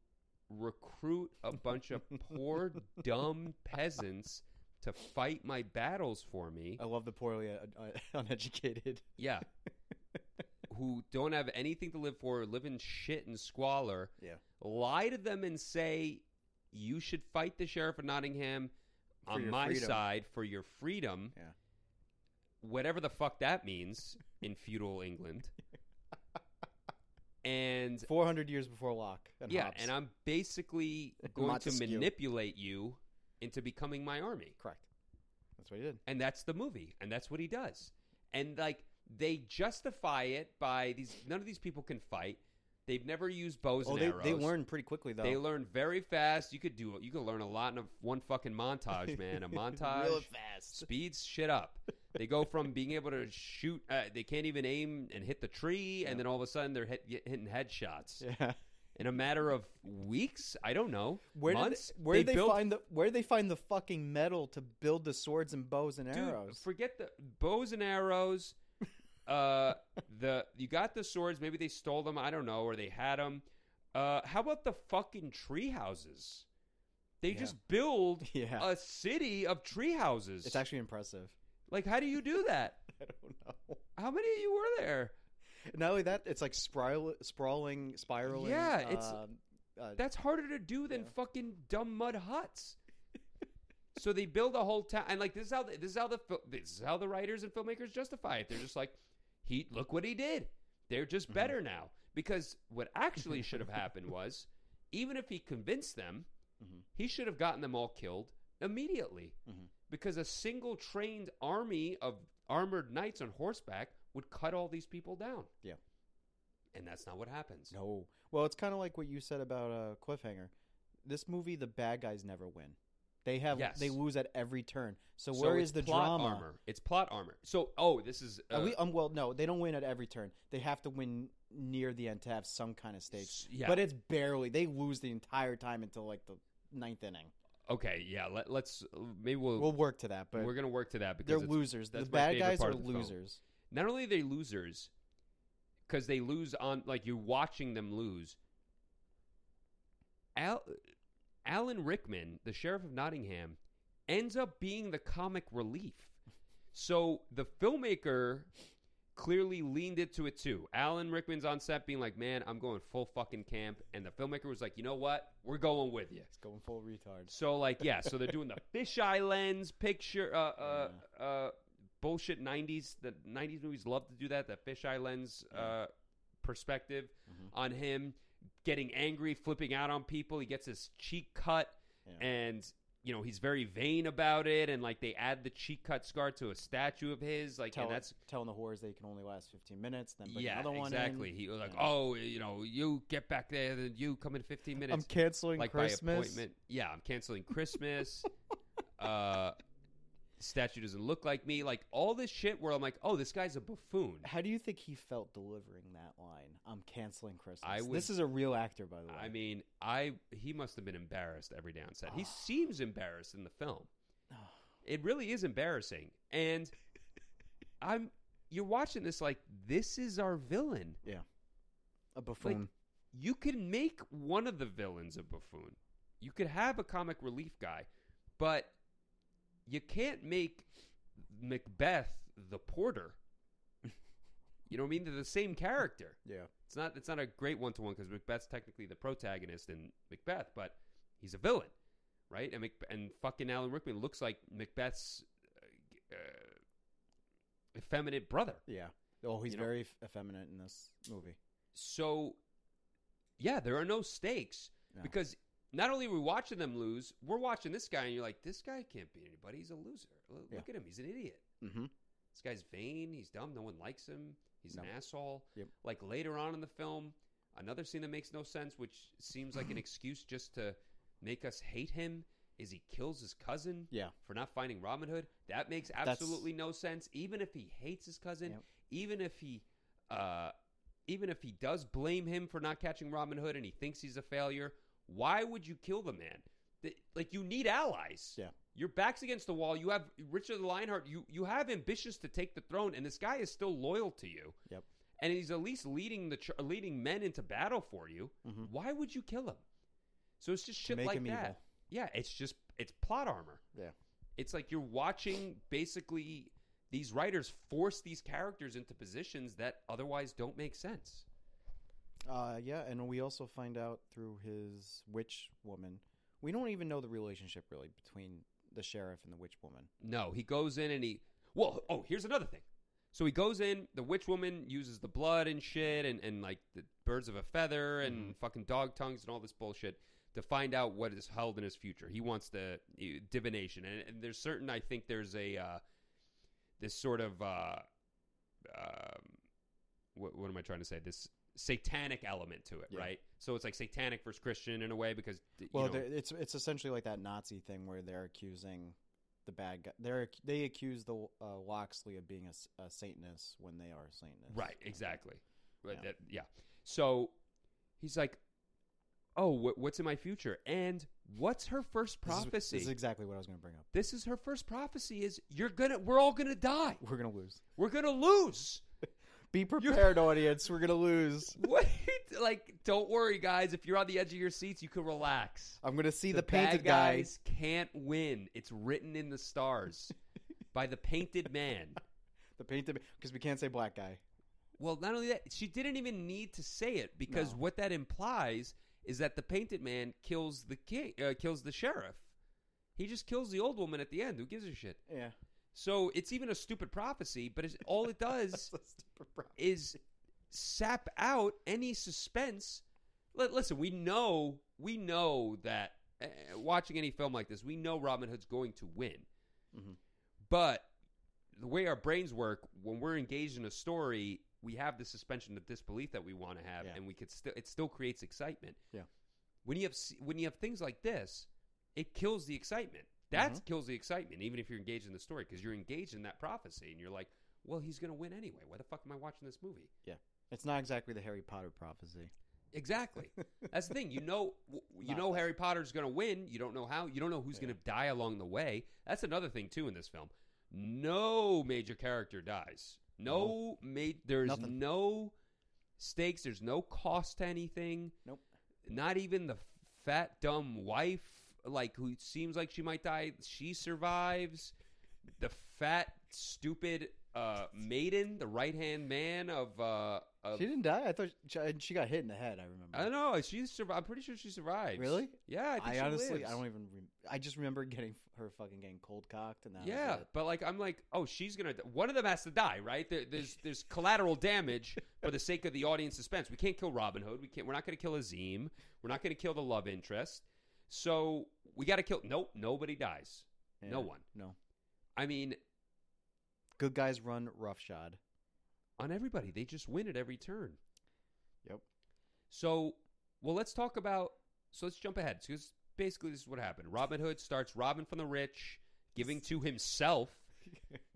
recruit a bunch of poor dumb peasants to fight my battles for me. I love the poorly uh, uh, uneducated. Yeah. Who don't have anything to live for, live in shit and squalor. Yeah. Lie to them and say, you should fight the sheriff of Nottingham For on your my freedom." side for your freedom. Yeah. Whatever the fuck that means in feudal England. and Four hundred years before Locke and yeah, Hobbes. and I'm basically going to Montesquieu. manipulate you into becoming my army. correct. That's what he did. And that's the movie. And that's what he does. And like they justify it by these none of these people can fight. They've never used bows Oh, and they, arrows. they learned pretty quickly though. They learn very fast. You could do you could learn a lot in a, one fucking montage, man. A montage real fast. speeds shit up. They go from being able to shoot, uh, they can't even aim and hit the tree, Yeah. and then all of a sudden they're hit, get- hitting headshots Yeah. in a matter of weeks. I don't know Where months. did they, where did they built find the where did they find the fucking metal to build the swords and bows and Dude, arrows? forget the bows and arrows. Uh, the you got the swords. Maybe they stole them. I don't know, or they had them. Uh, how about the fucking tree houses? They Yeah. just build yeah, a city of tree houses. it's actually impressive. like, how do you do that? I don't know. How many of you were there? Not only that, it's like spiral, sprawling, spiraling. Yeah, it's- um, uh, That's harder to do than Yeah. fucking dumb mud huts. so they build a whole town, and like this is how the, this is how the fil- this is how the writers and filmmakers justify it. They're just like, he look what he did. They're just Mhm. better now because what actually should have happened was, even if he convinced them, Mhm. he should have gotten them all killed immediately Mhm. because a single trained army of armored knights on horseback would cut all these people down. Yeah. And that's not what happens. no. Well, it's kind of like what you said about uh, cliffhanger. This movie, the bad guys never win. They have Yes. they lose at every turn. So, where it's is the plot drama? Armor. It's plot armor. So, oh, this is Are uh, we, um, well, no, they don't win at every turn. They have to win near the end to have some kind of stakes. s- yeah. But it's barely. They lose the entire time until like the ninth inning. okay, yeah. Let, let's maybe we'll, We'll work to that, but we're gonna work to that they're because it's- losers. The that's my bad favorite guys part are of the film. losers. not only are they losers because they lose on like you're watching them lose. Al, Alan Rickman, the sheriff of Nottingham, ends up being the comic relief. So the filmmaker clearly leaned into it too. Alan Rickman's on set being like, "Man, I'm going full fucking camp," and the filmmaker was like, "You know what? We're going with you." It's going full retard. So like yeah, so they're doing the fisheye lens picture uh uh uh bullshit 90s the 90s movies love to do that, the fisheye lens uh perspective Mhm. on him getting angry, flipping out on people. He gets his cheek cut, Yeah. and you know he's very vain about it. And like they add the cheek cut scar to a statue of his, like Tell, and that's telling the whores they can only last 15 minutes, then bring yeah, another one exactly. in. He was like, Yeah. oh, you know, you get back there, then you come in fifteen minutes I'm canceling like by Christmas. appointment. Yeah, I'm canceling Christmas. uh, statue doesn't look like me. Like all this shit where I'm like, oh, this guy's a buffoon. How do you think he felt delivering that line? I'm canceling Christmas. I was- this is a real actor, by the way. I mean, I he must have been embarrassed every day on set. He Ah. seems embarrassed in the film. It really is embarrassing. And I'm you're watching this like this is our villain. a buffoon. You can make one of the villains a buffoon. You could have a comic relief guy, but you can't make Macbeth the porter. You know what I mean? They're the same character. yeah. It's not it's not a great one to one because Macbeth's technically the protagonist in Macbeth, but he's a villain, right? And Mac- and fucking Alan Rickman looks like Macbeth's uh, uh, effeminate brother. Yeah. Oh, he's You know- very f effeminate in this movie. So, yeah, there are no stakes No. because not only are we watching them lose, we're watching this guy, and you're like, this guy can't be anybody. He's a loser. Look Yeah. at him; he's an idiot. Mm-hmm. This guy's vain. He's dumb. No one likes him. He's an No. asshole. Yep. Like later on in the film, another scene that makes no sense, which seems like an excuse just to make us hate him, is he kills his cousin Yeah. for not finding Robin Hood. That makes absolutely no sense. Even if he hates his cousin, Yep. even if he, uh, even if he does blame him for not catching Robin Hood and he thinks he's a failure, why would you kill the man? Th- Like you need allies. Yeah. Your back's against the wall. You have Richard the Lionheart. You you have ambitions to take the throne, and this guy is still loyal to you. Yep. And he's at least leading the ch- leading men into battle for you. Mhm. Why would you kill him? So it's just To shit make like him that. evil. Yeah, it's just it's plot armor. Yeah. It's like you're watching basically these writers force these characters into positions that otherwise don't make sense. Uh, yeah, and we also find out through his witch woman. We don't even know the relationship really between the sheriff and the witch woman. No, he goes in and he well, oh, here's another thing. So he goes in, the witch woman uses the blood and shit and, and like the birds of a feather and Mm-hmm. fucking dog tongues and all this bullshit to find out what is held in his future. He wants the uh, divination. And, and there's certain, I think there's a, uh, this sort of, uh, um, what, what am I trying to say? This satanic element to it, Yeah. right? So it's like satanic versus Christian in a way because, you Well, know, they're- it's it's essentially like that Nazi thing where they're accusing the bad guy. They're ac- they accuse the uh, Loxley of being a s- a, Satanist when they are a Satanist. Right, exactly. Right, Yeah. that- yeah. So he's like, "Oh, wh- what's in my future?" And what's her first This is- prophecy? This is, exactly what I was going to bring up. her first prophecy is you're going to we're all going to die. We're going to lose. We're going to lose. Be prepared, audience. We're going to lose. What like don't worry guys, if you're on the edge of your seats, you can relax. I'm going to see the, bad painted guy. guys can't win. It's written in the stars by the painted man. The painted because we can't say black guy. Well, not only that, she didn't even need to say it because No. what that implies is that the painted man kills the king, uh, kills the sheriff. He just kills the old woman at the end. Who gives a shit? Yeah. So it's even a stupid prophecy, but it's, all it does That's a stupid problem. is sap out any suspense. Li- Listen, we know we know that uh, watching any film like this, we know Robin Hood's going to win. Mhm. But the way our brains work, when we're engaged in a story, we have the suspension of disbelief that we want to have, Yeah. and we could still it still creates excitement. Yeah. When you have s- when you have things like this, it kills the excitement. That Mm-hmm. kills the excitement, even if you're engaged in the story, because you're engaged in that prophecy, and you're like, "Well, he's going to win anyway. Why the fuck am I watching this movie?" It's not exactly the Harry Potter prophecy. Exactly. That's the thing. You know, w- you Not know that. Harry Potter's going to win. You don't know how. You don't know who's Yeah. going to die along the way. That's another thing too in this film. No major character dies. No, ma- there's Nothing. no stakes. There's no cost to anything. Nope. Not even the fat dumb wife, like who seems like she might die. She survives. The fat stupid uh, maiden, the right hand man of uh, of she didn't die. I thought she, I- she got hit in the head. I remember. I don't know. She survived. I'm pretty sure she survived. Really? Yeah. I, think she honestly, I lives. don't even. Re- I just remember getting her fucking getting cold cocked, and that was yeah, it. but like I'm like, oh, she's gonna. d- One of them has to die, right? There, there's there's collateral damage for the sake of the audience suspense. We can't kill Robin Hood. We can't. We're not gonna kill Azim. We're not gonna kill the love interest. So we got to kill. Nope, nobody dies. Yeah. No one. No. I mean, Good guys run roughshod. on everybody, they just win at every turn. Yep. So, well, let's talk about. So let's jump ahead because basically this is what happened. Robin Hood starts robbing from the rich, giving to himself.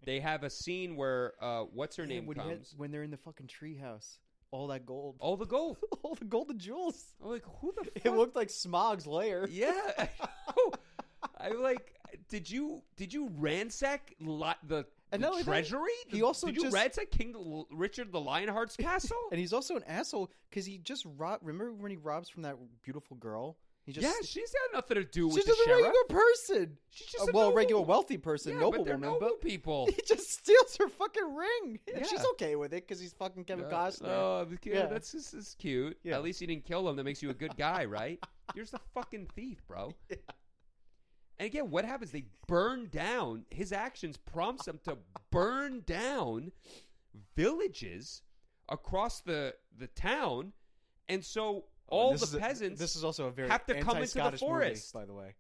They have a scene where uh, what's her Yeah, name when, he had- comes. when they're in the fucking treehouse. All that gold. All the gold. All the golden jewels. I'm like, who the Oh. fuck? It looked like Smog's lair. yeah. I know. I'm like, did you did you ransack li- the, And the not only that, treasury? he The- also did you just- ransack King L- Richard the Lionheart's castle? And he's also an asshole because he just rob. Remember when he robs from that beautiful girl? He just yeah, she's got nothing to do with she's the just a sheriff. regular person. She's just Uh, a well, a noble. regular wealthy person, yeah, noble but they're woman, noble but people. he just steals her fucking ring. And she's Yeah. okay with it because he's fucking Kevin Uh, Costner. Oh, the kid- Yeah. that's just that's cute. Yeah. At least you didn't kill him. That makes you a good guy, right? You're just a fucking thief, bro. Yeah. And again, what happens? They burn down. His actions prompts them to burn down villages across the the town, and so all Oh, This is the a- peasants. this is also a very have to come into the anti-Scottish movie, forest. by the way,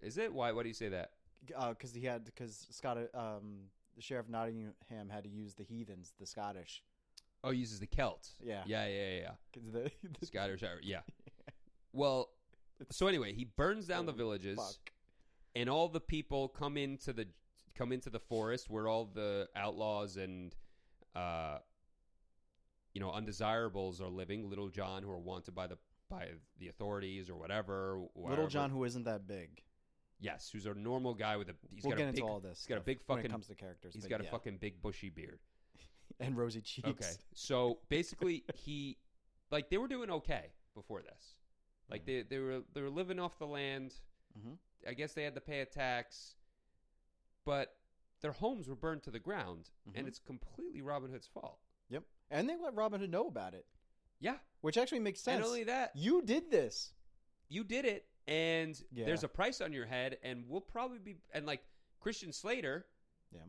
is it? Why? Why do you say that? because Uh, he had because Scott, um, the sheriff of Nottingham had to use the heathens, the Scottish. Oh, he uses the Celts. Yeah. yeah, yeah, yeah. yeah. 'Cause the- the- Scottish. Yeah. Well, so anyway, he burns down the Holy villages. Oh, fuck. and all the people come into the come into the forest where all the outlaws and uh you know undesirables are living little john who are wanted by the by the authorities or whatever Little wherever. John, who isn't that big, yes who's a normal guy with a he's we'll got get a into big all this. he's got a stuff big when fucking- it comes to characters. he's but got a yeah. fucking big bushy beard and rosy cheeks. okay so basically he like they were doing okay before this like Mhm. they they were they were living off the land Mhm. I guess they had to pay a tax, but their homes were burned to the ground, and Mhm. it's completely Robin Hood's fault. Yep. And they let Robin Hood know about it, Yeah, which actually makes sense. and only that you did this. you did it, and Yeah. there's a price on your head, and we'll probably be and like Christian Slater, Yeah.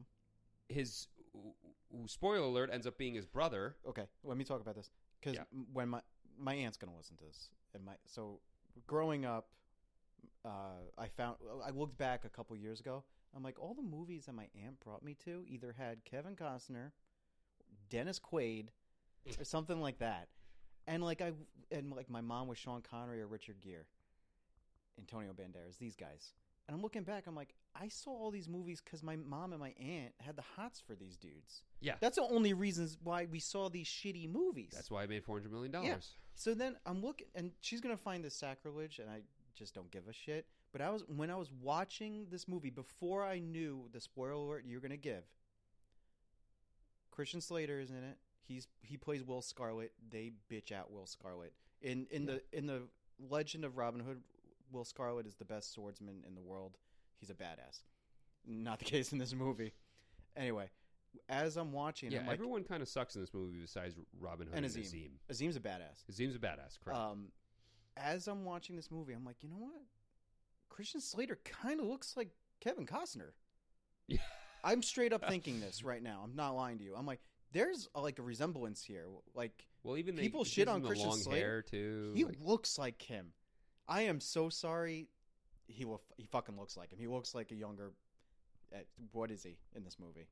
his who- who, spoiler alert ends up being his brother. Okay, let me talk about this because Yeah. when my my aunt's gonna listen to this, and my so growing up, uh, I found I looked back a couple years ago. I'm like, all the movies that my aunt brought me to either had Kevin Costner, Dennis Quaid, or something like that, and like I and like my mom was Sean Connery or Richard Gere, Antonio Banderas, these guys. And I'm looking back, I'm like, I saw all these movies because my mom and my aunt had the hots for these dudes. Yeah, That's the only reasons why we saw these shitty movies. that's why I made four hundred million dollars. so then I'm looking, and she's gonna find this sacrilege, and I just don't give a shit. But I was when I was watching this movie before I knew the spoiler alert you're gonna give. Christian Slater is in it. He's he plays Will Scarlet. They bitch out Will Scarlet in in the in the Legend of Robin Hood. Will Scarlet is the best swordsman in the world. He's a badass. Not the case in this movie. Anyway, as I'm watching, Yeah, I'm like, everyone kind of sucks in this movie besides Robin Hood And and, Azim. Azim. Azim's a badass. Azim's a badass, correct? Um, as I'm watching this movie, I'm like, you know what? Christian Slater kind of looks like Kevin Costner. Yeah. I'm straight up thinking this right now. I'm not lying to you. I'm like, there's uh like a resemblance here. Like well, even they- people he shit gives on him the Christian long Slater. hair too. he like- looks like him. I am so sorry. He will. He fucking looks like him. He looks like a younger. Uh, what is he in this movie?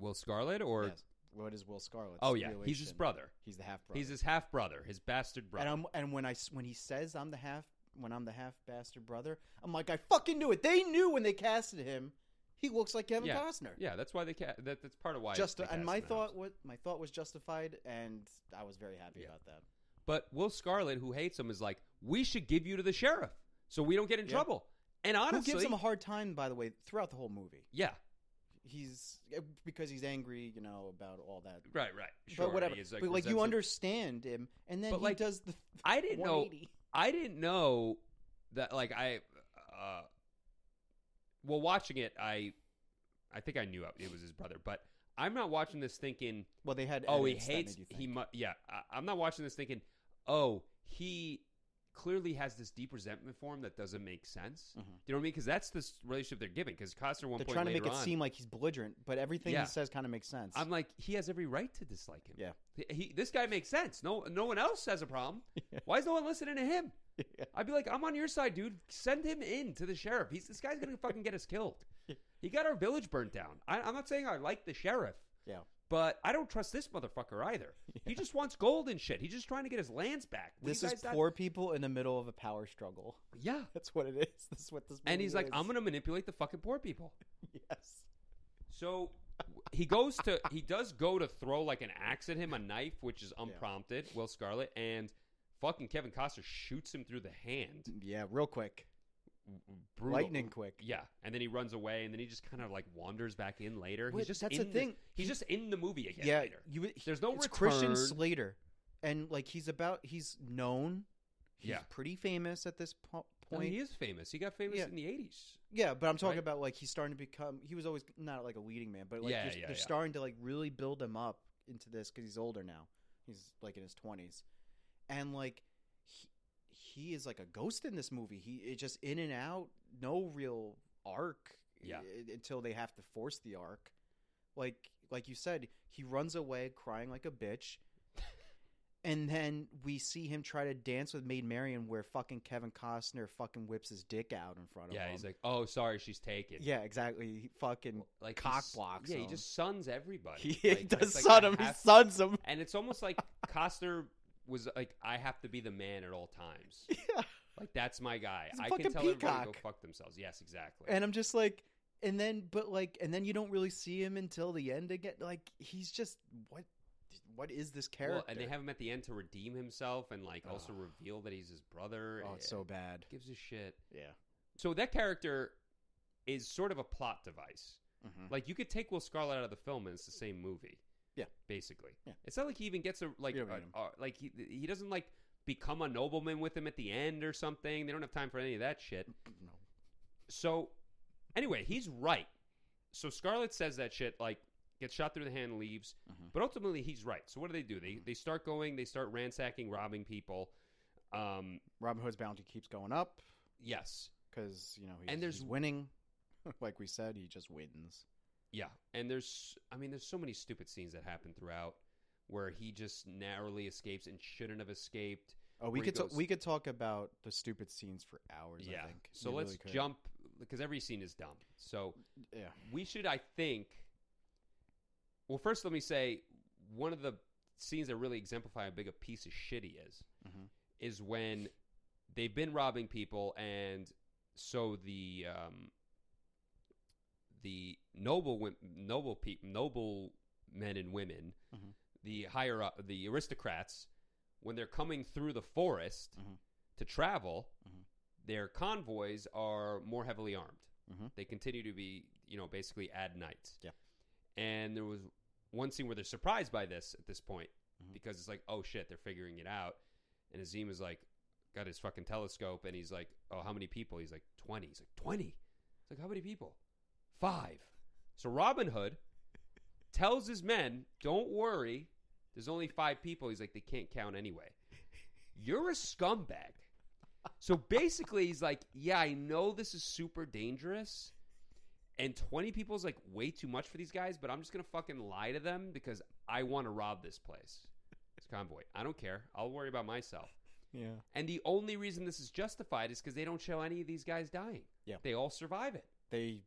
Will Scarlet or Yes. What is Will Scarlet? oh yeah, he's his brother. He's the half brother. He's his half brother, his bastard brother. And I'm and when I s- when he says I'm the half when I'm the half bastard brother, I'm like I fucking knew it. They knew when they casted him. He looks like Kevin Costner. yeah, that's why they ca- that, that's part of why. Just they and cast my him out. thought was my thought was justified, and I was very happy Yeah. about that. But Will Scarlet, who hates him, is like, we should give you to the sheriff so we don't get in Yeah. trouble. And honestly, Who gives him a hard time, by the way, throughout the whole movie? yeah, He's eh, because he's angry, you know, about all that. right, right, sure. but whatever. he is, but like you resentful. understand him, and then But, he like, does the. I didn't know. 180. I didn't know that. Like I, uh, well, watching it, I, I think I knew it was his brother, but I'm not watching this thinking, Well, they had. oh, he edits that hates. made you He think. mu- yeah. I, I'm not watching this thinking, oh, he clearly has this deep resentment for him that doesn't make sense. Mhm. Do you know what I mean? Because that's this relationship they're giving. Because Costner, at one They're point trying to make later it on, seem like he's belligerent, but everything Yeah. he says kind of makes sense. I'm like, he has every right to dislike him. Yeah. He, he- this guy makes sense. No, no one else has a problem. Yeah. Why is no one listening to him? Yeah. I'd be like, I'm on your side, dude. Send him in to the sheriff. He's this guy's gonna fucking get us killed. He got our village burnt down. I, I'm not saying I like the sheriff. Yeah. But I don't trust this motherfucker either. He just wants gold and shit. He's just trying to get his lands back. Will you this is guys not- poor people in the middle of a power struggle. Yeah. That's what it is. That's what this. And movie he's like, is. I'm gonna manipulate the fucking poor people. Yes. So w- he goes to he does go to throw like an axe at him, a knife, which is unprompted. Will Scarlet and fucking Kevin Costner shoots him through the hand. Yeah, real quick, Brutal. lightning quick. Yeah, and then he runs away, and then he just kind of like wanders back in later. Wait, he's just that's in the thing. he's He- just in the movie again. yeah, later. you. would- he- There's no it's return. Christian Slater, and like he's about he's known. He's Yeah. pretty famous at this po- I point. mean, he is famous. He got famous Yeah. in the '80s. Yeah, but I'm talking Right? about like he's starting to become. He was always not like a leading man, but like Yeah, they're, yeah, they're yeah. starting to like really build him up into this because he's older now. He's like in his 20s, and like he, he is like a ghost in this movie. He it just in and out, no real arc. Yeah. i- until they have to force the arc. Like like you said, he runs away crying like a bitch. And then we see him try to dance with Maid Marian, where fucking Kevin Costner fucking whips his dick out in front of him. Yeah, he's like, oh, sorry, she's taken. Yeah, exactly. He fucking like he cock s- blocks Yeah, he him. just suns everybody. he Like, does it's like, sun I him. He have- suns him. and it's almost like Costner was like, I have to be the man at all times. Yeah. Like that's my guy. He's a I can fucking tell everybody to go peacock. fuck themselves. Yes, exactly. And I'm just like, and then, but like, and then you don't really see him until the end again. Like he's just what, what is this character? Well, and they have him at the end to redeem himself and like also Ugh. reveal that he's his brother. oh, it's so bad. gives a shit. Yeah. So that character is sort of a plot device. Mm-hmm. Like you could take Will Scarlet out of the film and it's the same movie. Yeah. basically. Yeah. it's not like he even gets a like You don't a- need him. a- like he he doesn't like become a nobleman with him at the end or something. They don't have time for any of that shit. No. So anyway, he's right. So Scarlet says that shit like gets shot through the hand, leaves. Mhm. But ultimately, he's right. So what do they do? Mm-hmm. They they start going. They start ransacking, robbing people. Um, Robin Hood's bounty keeps going up yes, because you know he's, And there's- he's winning. like we said, he just wins. yeah. And there's I mean, there's so many stupid scenes that happen throughout where he just narrowly escapes and shouldn't have escaped. Oh, we Where he could ta- goes- we could talk about the stupid scenes for hours. yeah. I think. So We let's really could. jump because every scene is dumb. So Yeah. we should, I think. Well, first, let me say one of the scenes that really exemplify how big a piece of shit he is Mhm. is when they've been robbing people, and so the um, the noble wom- noble pe- noble men and women, Mhm. the higher up, the aristocrats, when they're coming through the forest Mhm. to travel, Mhm. their convoys are more heavily armed Mhm. they continue to be, you know, basically ad night. Yeah. And there was one scene where they're surprised by this at this point Mhm. because it's like, oh shit, they're figuring it out. And Azim is like, got his fucking telescope and he's like, oh, how many people? He's like, 20. He's like, 20? It's like, how many people? Five. So Robin Hood tells his men, don't worry, there's only five people. He's like, they can't count anyway. You're a scumbag. So basically, he's like, yeah, I know this is super dangerous. And 20 people is like way too much for these guys, but I'm just going to fucking lie to them because I want to rob this place. This convoy. I don't care. I'll worry about myself. Yeah. And the only reason this is justified is because they don't show any of these guys dying. Yeah. They all survive it They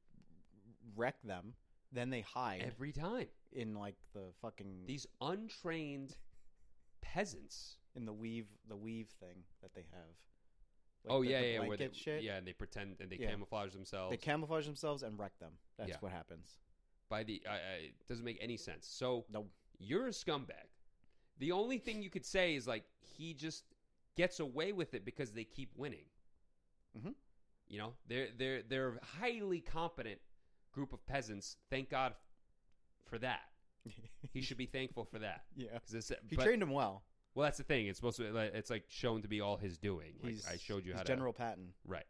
wreck them. Then they hide. every time. in like the fucking These untrained peasants. in the weave the weave thing that they have. oh, the, yeah, the yeah. Where they, blanket shit. Yeah, and they pretend and they Yeah. camouflage themselves. They camouflage themselves and wreck them. That's Yeah. what happens. by the I I it doesn't make any sense. So No. you're a scumbag. The only thing you could say is like he just gets away with it because they keep winning. Mhm. You know, they're they're they're a highly competent group of peasants. Thank God for that. He should be thankful for that. yeah. 'Cause it's- He but- trained him well. well, that's the thing. It's supposed to. like, It's like shown to be all his doing. Like, He's I showed you he's how to General Patton. Right.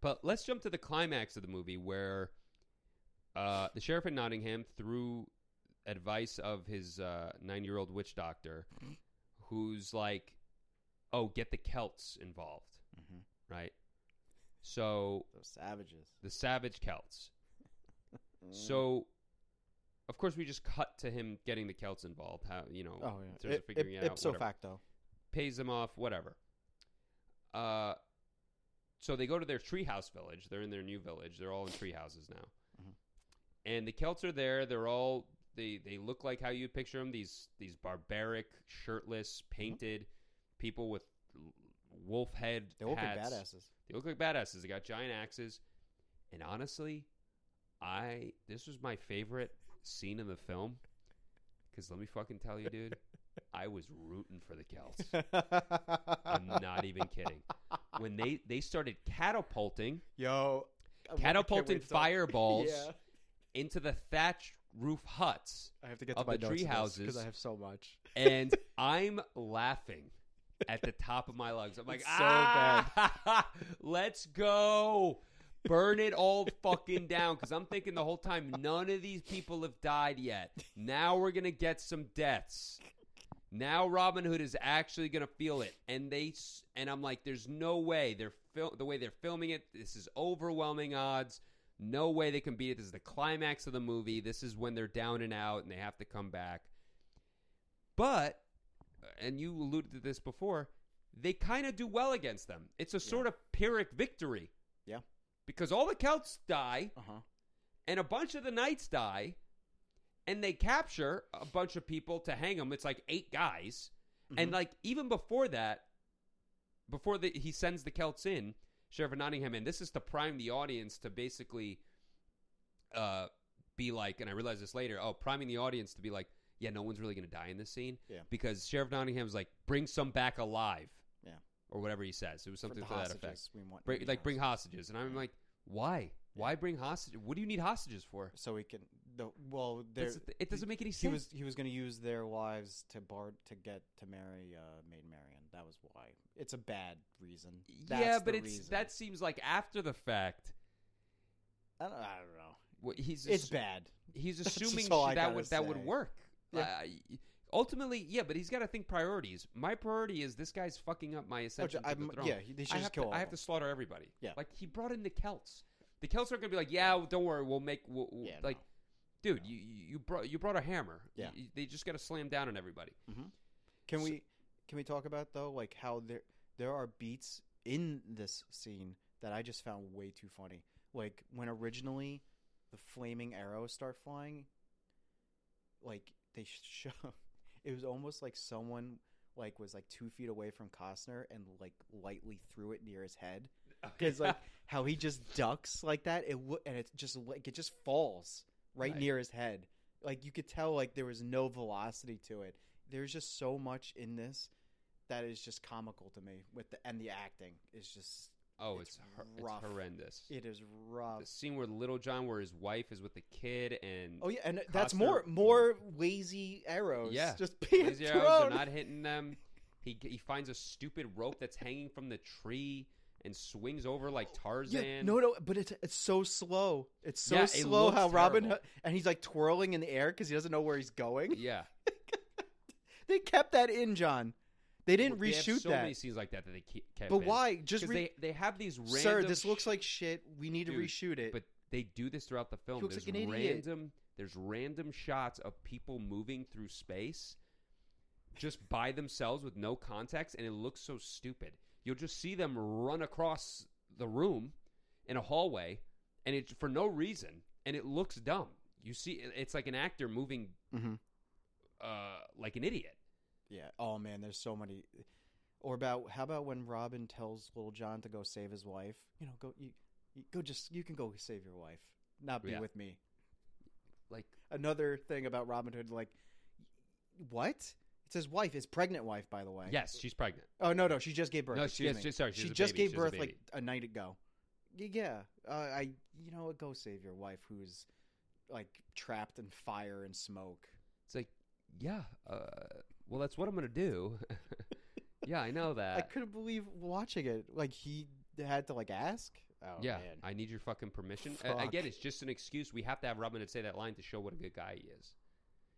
But let's jump to the climax of the movie where Uh, the sheriff in Nottingham, through advice of his uh, nine-year-old witch doctor, who's like, "Oh, get the Celts involved, Mm-hmm. right?" So Those savages. the savage Celts. So, of course, we just cut to him getting the Celts involved. How you know? oh in yeah, terms of figuring it out, ipso whatever. facto. pays them off, whatever. Uh, so they go to their treehouse village. They're in their new village. They're all in tree houses now, Mhm. and the Celts are there. They're all they they look like how you picture them these these barbaric, shirtless, Mm-hmm. painted people with l- wolf head They look like hats. badasses. They look like badasses. They got giant axes, and honestly, I this was my favorite scene in the film. Because let me fucking tell you, dude, I was rooting for the Celts. I'm not even kidding. When they they started catapulting Yo, I can't Catapulting wait to- fireballs. yeah. into the thatched roof huts, I have to get Of to my the tree houses. because I have so much. and I'm laughing at the top of my lungs. I'm like, It's so ah, let's go. Burn it all fucking down because I'm thinking the whole time none of these people have died yet. Now we're gonna get some deaths. Now Robin Hood is actually gonna feel it, and they s- and I'm like, there's no way they're fil- the way they're filming it. This is overwhelming odds. No way they can beat it. This is the climax of the movie. This is when they're down and out and they have to come back. But, uh, and you alluded to this before, they kind of do well against them. It's a sort of Pyrrhic victory. Yeah. Because all the Celts die Uh huh. and a bunch of the knights die and they capture a bunch of people to hang them. It's like eight guys. Mm-hmm. And like even before that, before the, he sends the Celts in, Sheriff of Nottingham, and this is to prime the audience to basically uh, be like, and I realized this later. Oh, priming the audience to be like, yeah, no one's really going to die in this scene. Yeah. Because Sheriff Nottingham's like, bring some back alive. Yeah. Or whatever he says. It was something to that effect. We want Bring, Indian like, bring hostages. hostages. And I'm like, why? Why bring hostages? What do you need hostages for? so we can. The, well, there. That's- it doesn't make any He sense. was he was going to use their wives to bar to get to marry uh, Maid Marian. That was why. It's a bad reason. That's yeah, the but it's reason. that seems like after the fact. I don't, I don't know. wh- He's It's assu- bad. He's That's just assuming all I that gotta would that would say. work. Yeah. Uh, ultimately, yeah, but he's got to think priorities. My priority is this guy's fucking up my Oh, ascension to I'm- the throne. yeah, he- they should I just have, kill to, all I of have to them. slaughter everybody. Yeah. like he brought in the Celts. The Celts aren't going to be like, yeah, well, don't worry, we'll make we'll, we'll-" Yeah, like, no. dude, you you you brought you brought a hammer. Yeah. You- you- they just got to slam down on everybody. Can So- we can we talk about though like how there there are beats in this scene that I just found way too funny. Like when originally the flaming arrows start flying, like they show it was almost like someone like was like two feet away from Costner and like lightly threw it near his head because like how he just ducks like that it w- and it just like it just falls right, Right. near his head like you could tell like there was no velocity to it there's just so much in this that is just comical to me with the and the acting is just oh, it's it's hor- rough. it's horrendous. it is rough the scene where Little John, where his wife is with the kid, and oh yeah and that's Costner- more more lazy arrows Yeah. just being Lazy thrown. arrows are not hitting them. He he finds a stupid rope that's hanging from the tree and swings over like Tarzan. yeah, no, no, but it's it's so slow. It's so Yeah, it slow looks how Robin terrible. Hood- and he's like twirling in the air because he doesn't know where he's going. Yeah, They kept that in, John. They didn't They have reshoot so that. many scenes like that that they keep. kept But in. why? Just 'Cause re- they they have these random. sir, this looks sh- like shit. We need to Dude, reshoot it. But they do this throughout the film. He looks There's like an idiot. random. There's random shots of people moving through space, just by themselves with no context, and it looks so stupid. You'll just see them run across the room in a hallway, and it's for no reason, and it looks dumb. You see, it's like an actor moving Mhm. uh, like an idiot. yeah. Oh man, there's so many. Or about how about when Robin tells Little John to go save his wife? You know, go you, you go just you can go save your wife. Not be Yeah. with me. Like Another thing about Robin Hood, like what? It's his wife, his pregnant wife, by the way. yes, she's pregnant. Oh no, no, she just gave birth. No, she- Excuse yes, me. she- sorry, she she was a just baby. gave She was a birth like baby. a night ago. Y- Yeah, uh, I, you know, what, go save your wife who's like trapped in fire and smoke. It's like, yeah. Uh, well, that's what I'm gonna do. yeah, I know that. I couldn't believe watching it. Like he had to like ask. Oh, yeah, man. I need your fucking permission. A- Fuck. Again, it's just an excuse. We have to have Robin and say that line to show what a good guy he is.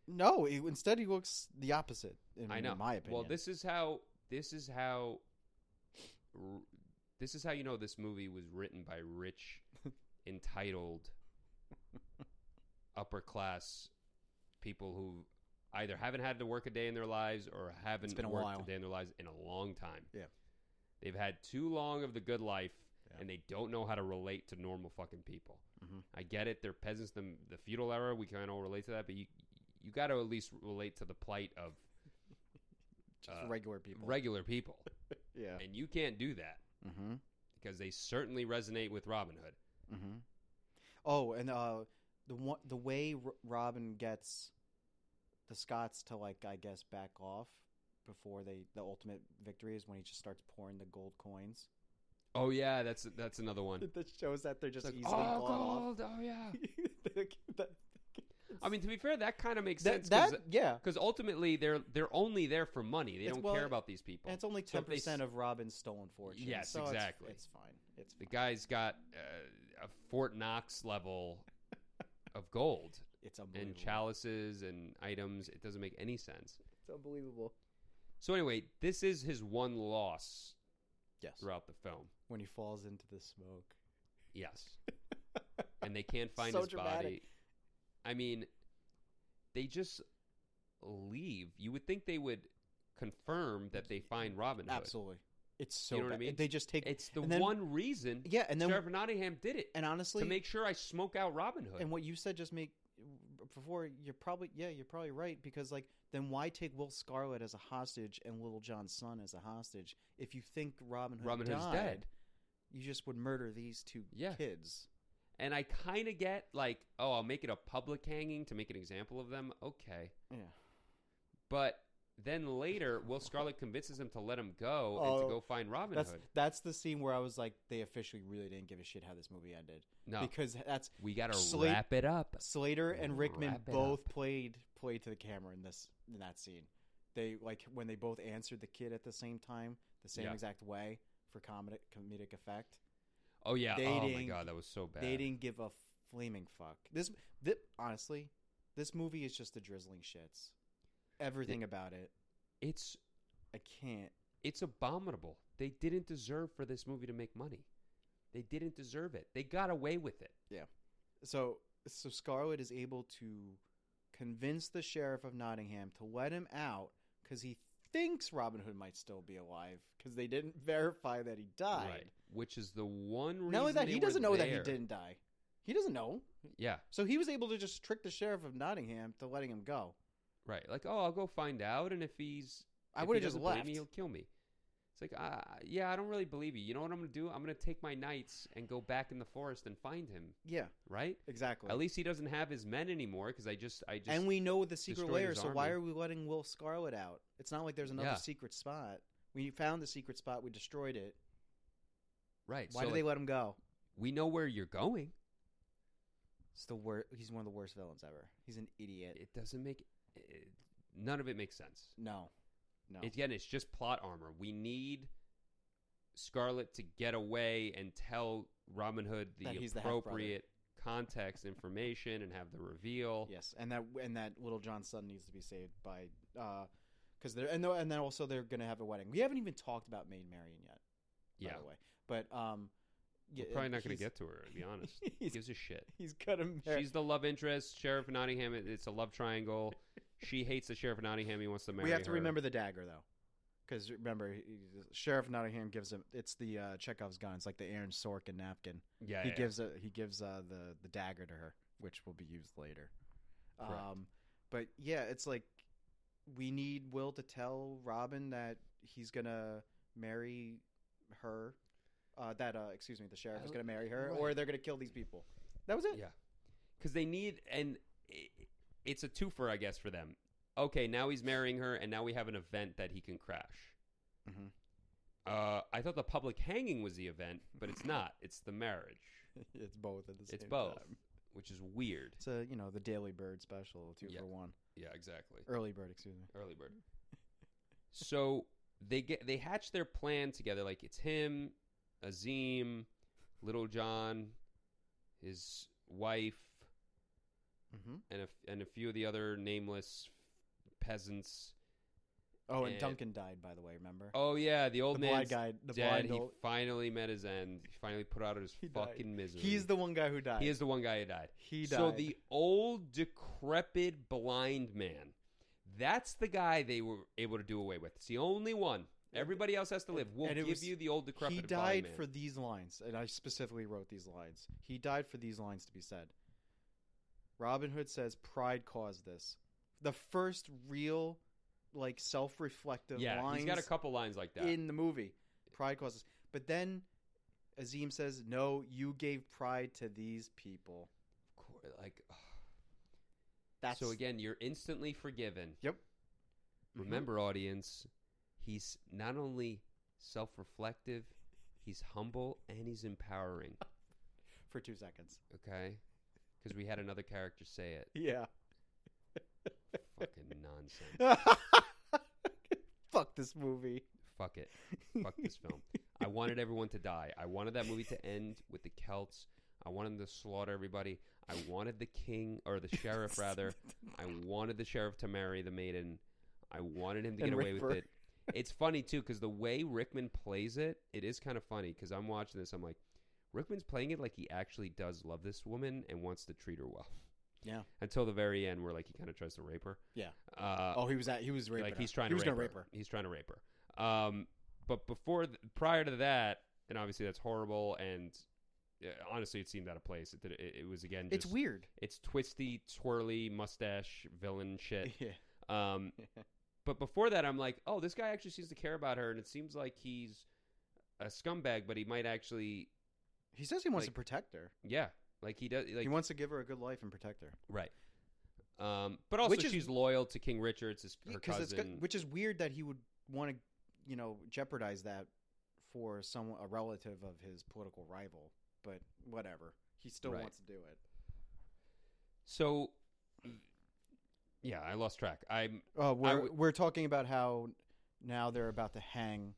No, he, instead he looks the opposite. In, I know. my opinion. Well, this is how this is how r- this is how you know this movie was written by rich, entitled, upper class people who either haven't had to work a day in their lives or haven't been a worked while. a day in their lives in a long time. Yeah. they've had too long of the good life. Yeah. And they don't know how to relate to normal fucking people. Mhm. I get it; they're peasants. The, the feudal era, we kind of relate to that, but you you got to at least relate to the plight of just uh, regular people. regular people. yeah. And you can't do that Mm-hmm. because they certainly resonate with Robin Hood. Mm-hmm. Oh, and uh, the one, the way R- Robin gets the Scots to like, I guess, back off before they the ultimate victory is when he just starts pouring the gold coins. Oh yeah, that's that's another one. that shows that they're just It's like, easily bought oh, off. gold. Oh yeah. that, I mean, to be fair, that kind of makes that, sense uh, that- because yeah, ultimately they're they're only there for money. They It's- don't well, care about these people. and it's only so ten if they s- percent of Robin's stolen fortune. Yes, so it's- exactly. It's, fine. It's The fine. guy's got uh, a Fort Knox level of gold it's and unbelievable. chalices and items. It doesn't make any sense. it's unbelievable. So anyway, this is his one loss Yes, throughout the film. when he falls into the smoke. Yes. and they can't find So his body. dramatic. I mean, they just leave. You would think they would confirm that they find Robin Hood. Absolutely, it's so. You know what I bad. mean? They just take It's the and then- one reason Yeah, and then Sheriff Nottingham did it and honestly, to make sure I smoke out Robin Hood. and what you said just make before you're probably yeah you're probably right because like then why take Will Scarlet as a hostage and Little John's son as a hostage if you think Robin Hood Robin Hood's died, dead. You just would murder these two Yeah. kids. And I kind of get like, oh, I'll make it a public hanging to make an example of them. Okay. Yeah, But then later, Will Scarlet convinces him to let him go and Oh, to go find Robin that's Hood. that's the scene where I was like they officially really didn't give a shit how this movie ended No, because that's we got to Slate- wrap it up. Slater and Rickman Wrap it both up. played played to the camera in this in that scene. They like when they both answered the kid at the same time, the same Yeah. exact way for comedic comedic effect. Oh yeah! oh my Dating- god, that was so bad. They didn't give a flaming fuck. This, thi- honestly, this movie is just the drizzling shits. Everything about it, It's I can't. it's abominable. They didn't deserve for this movie to make money. They didn't deserve it. They got away with it. So, so Scarlet is able to convince the sheriff of Nottingham to let him out because he thinks Robin Hood might still be alive because they didn't verify that he died. Which is the one reason. Not only that, they he doesn't were know that there. he didn't die. He doesn't know. Yeah. So he was able to just trick the sheriff of Nottingham to letting him go. Right. Like, oh, I'll go find out, and if he's, I if would he have just doesn't believe left. Me, he'll kill me. It's like, uh, yeah, I don't really believe you. You know what I'm gonna do? I'm gonna take my knights and go back in the forest and find him. Yeah, Right. exactly. At least he doesn't have his men anymore because I just, I just, and we know the secret destroyed layer, his so why army. are we letting Will Scarlet out? It's not like there's another Yeah. secret spot. We found the secret spot, we destroyed it. right. Why so do like, they let him go? we know where you're going. It's the wor- He's one of the worst villains ever. He's an idiot. It doesn't make. It, none of it makes sense. No, no. Again, it's just plot armor. We need Scarlet to get away and tell Robin Hood the That he's the half-brother. appropriate context information and have the reveal. yes, and that and that little John's son needs to be saved by because they're and though and then also they're gonna have a wedding. We haven't even talked about Maid Marian yet, Yeah. by the way. But um, yeah, We're probably not he's- going to get to her, to be honest. Who he's, gives a shit? he's gonna marry. She's the love interest, Sheriff of Nottingham. it- It's a love triangle. She hates the Sheriff of Nottingham. He wants to marry we have to her. remember the dagger though because remember he- he- sheriff nottingham gives him it's the uh, chekhov's gun it's like the aaron sorkin napkin Yeah, he yeah. gives a he gives uh, the the dagger to her which will be used later Correct. um but yeah it's like we need will to tell robin that he's gonna marry her uh, that uh, excuse me the sheriff is Oh, gonna marry her right. or they're gonna kill these people that was it Yeah. Because they need, and i it's a twofer, I guess, for them. Okay, now he's marrying her, and now we have an event that he can crash. Mhm. Uh, I thought the public hanging was the event, but it's not. It's the marriage. it's both at the same It's both, time. which is weird. it's a you know the daily bird special two Yeah. for one Yeah, exactly. early bird excuse me Early bird. so they get they hatch their plan together. Like it's him, Azim, Little John, his wife, Mm-hmm. and a, and a few of the other nameless peasants. Oh, and, And- Duncan died, by the way. Remember? Oh yeah, the old the man blind guy. The dead. blind old. He finally met his end. He finally put out of his He died. fucking misery. He's the one guy who died. he is the one guy who died. he died. So the old decrepit blind man, that's the guy they were able to do away with. It's the only one. Everybody else has to live. We'll and it give was- you the old decrepit he died blind man. for these lines, and I specifically wrote these lines. He died for these lines to be said. Robin Hood says, "Pride caused this." The first real, like, self-reflective yeah, lines he's got a couple lines like that. in the movie. Pride caused this, but then Azim says, "No, you gave pride to these people." Cor- like That's so again, you're instantly forgiven. Yep. Mhm. Remember, audience, he's not only self-reflective, he's humble and he's empowering. for two seconds. Okay, because we had another character say it. Yeah. Fucking nonsense. Fuck this movie. Fuck it. Fuck this film. I wanted everyone to die. I wanted that movie to end with the Celts. I wanted them to slaughter everybody. I wanted the king or the sheriff rather. I wanted the sheriff to marry the maiden. I wanted him to And get away rape with her. it. It's funny too because the way Rickman plays it, it is kind of funny. Because I'm watching this, I'm like, Rickman's playing it like he actually does love this woman and wants to treat her well. Yeah. Until the very end, where like he kind of tries to rape her. Yeah. Uh, Oh, he was at. He was raping. like her. he's trying He to was rape, gonna her. rape her. He's trying to rape her. Um, but before, th- prior to that, and obviously that's horrible. And uh, honestly, it seemed out of place. It, did- it, it was again. It's Just, weird. It's twisty, twirly mustache villain shit. Yeah. Um, but before that, I'm like, oh, this guy actually seems to care about her, and it seems like he's a scumbag, but he might actually, He says he wants Like- to protect her. yeah, like he does, like he wants to give her a good life and protect her. right. Um, but also Which is- she's loyal to King Richard. It's his, her Because cousin. it's good, which is weird that he would want to, you know, jeopardize that for some a relative of his political rival. But whatever, he still Right. wants to do it. So, yeah, I lost track. I'm Uh, we're would- we're talking about how now they're about to hang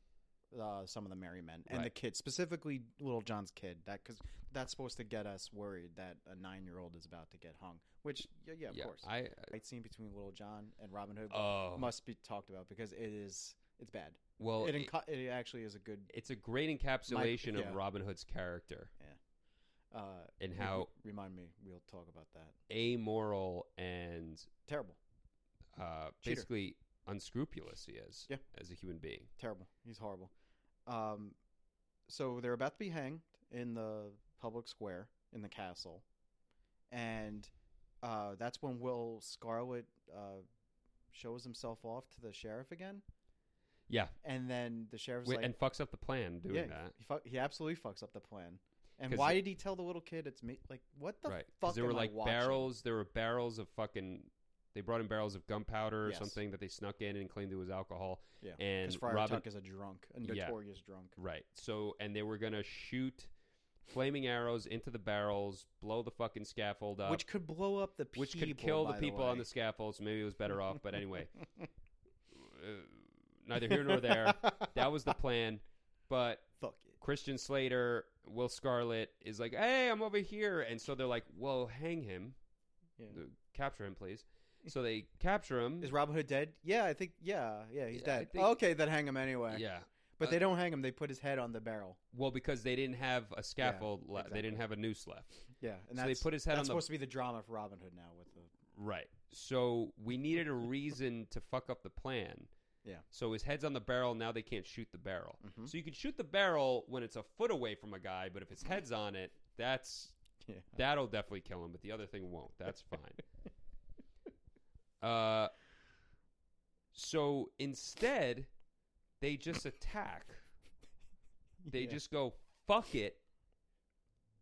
uh, some of the merry men and the Right. kid, specifically Little John's kid. That because that's supposed to get us worried that a nine year old is about to get hung. Which yeah, yeah of course. I Fight scene between Little John and Robin Hood oh must be talked about because it is it's bad. well, it, it enco- it actually is a good it's a great encapsulation yeah. of Robin Hood's character uh, and re- how Remind me, we'll talk about that. amoral and Terrible, uh, Cheater. basically unscrupulous he is Yeah. as a human being. terrible. He's horrible. Um, so they're about to be hanged in the public square in the castle, and uh, that's when Will Scarlet uh, shows himself off to the sheriff again, Yeah, and then the sheriff's wi- like, and fucks up the plan doing yeah, that. He, fu- he absolutely fucks up the plan. And 'Cause why it- did he tell the little kid it's me? Like, what the right, fuck? there were am I like watching? barrels. There were barrels of fucking. They brought in barrels of gunpowder or Yes. something that they snuck in and claimed it was alcohol. Yeah, and Because Friar Robin Tuck is a drunk, a Yeah. notorious drunk. Right. So, and they were gonna shoot flaming arrows into the barrels, blow the fucking scaffold up, which could blow up the people. Uh, which could kill the by people on way. the scaffold. So maybe it was better off. But anyway, uh, neither here nor there. that was the plan. But Fuck it. Christian Slater, Will Scarlet is like, "Hey, I'm over here," and so they're like, "Well, hang him, Yeah. Uh, capture him, please." So they capture him. Is Robin Hood dead? Yeah, I think. Yeah, yeah, he's Yeah, I dead. think- okay, then hang him anyway. yeah. but uh, they don't hang him. They put his head on the barrel. Well, because they didn't have a scaffold, le- exactly. they didn't have a noose left, Yeah, and so they that's, put his head that's on the supposed to be the drama for Robin Hood now. With the Right. So we needed a reason to fuck up the plan. Yeah. So his head's on the barrel. Now they can't shoot the barrel. Mhm. So you can shoot the barrel when it's a foot away from a guy, but if his head's on it, that's yeah, that'll definitely kill him. But the other thing won't. That's fine. uh. So instead, they just attack. They Yeah. just go fuck it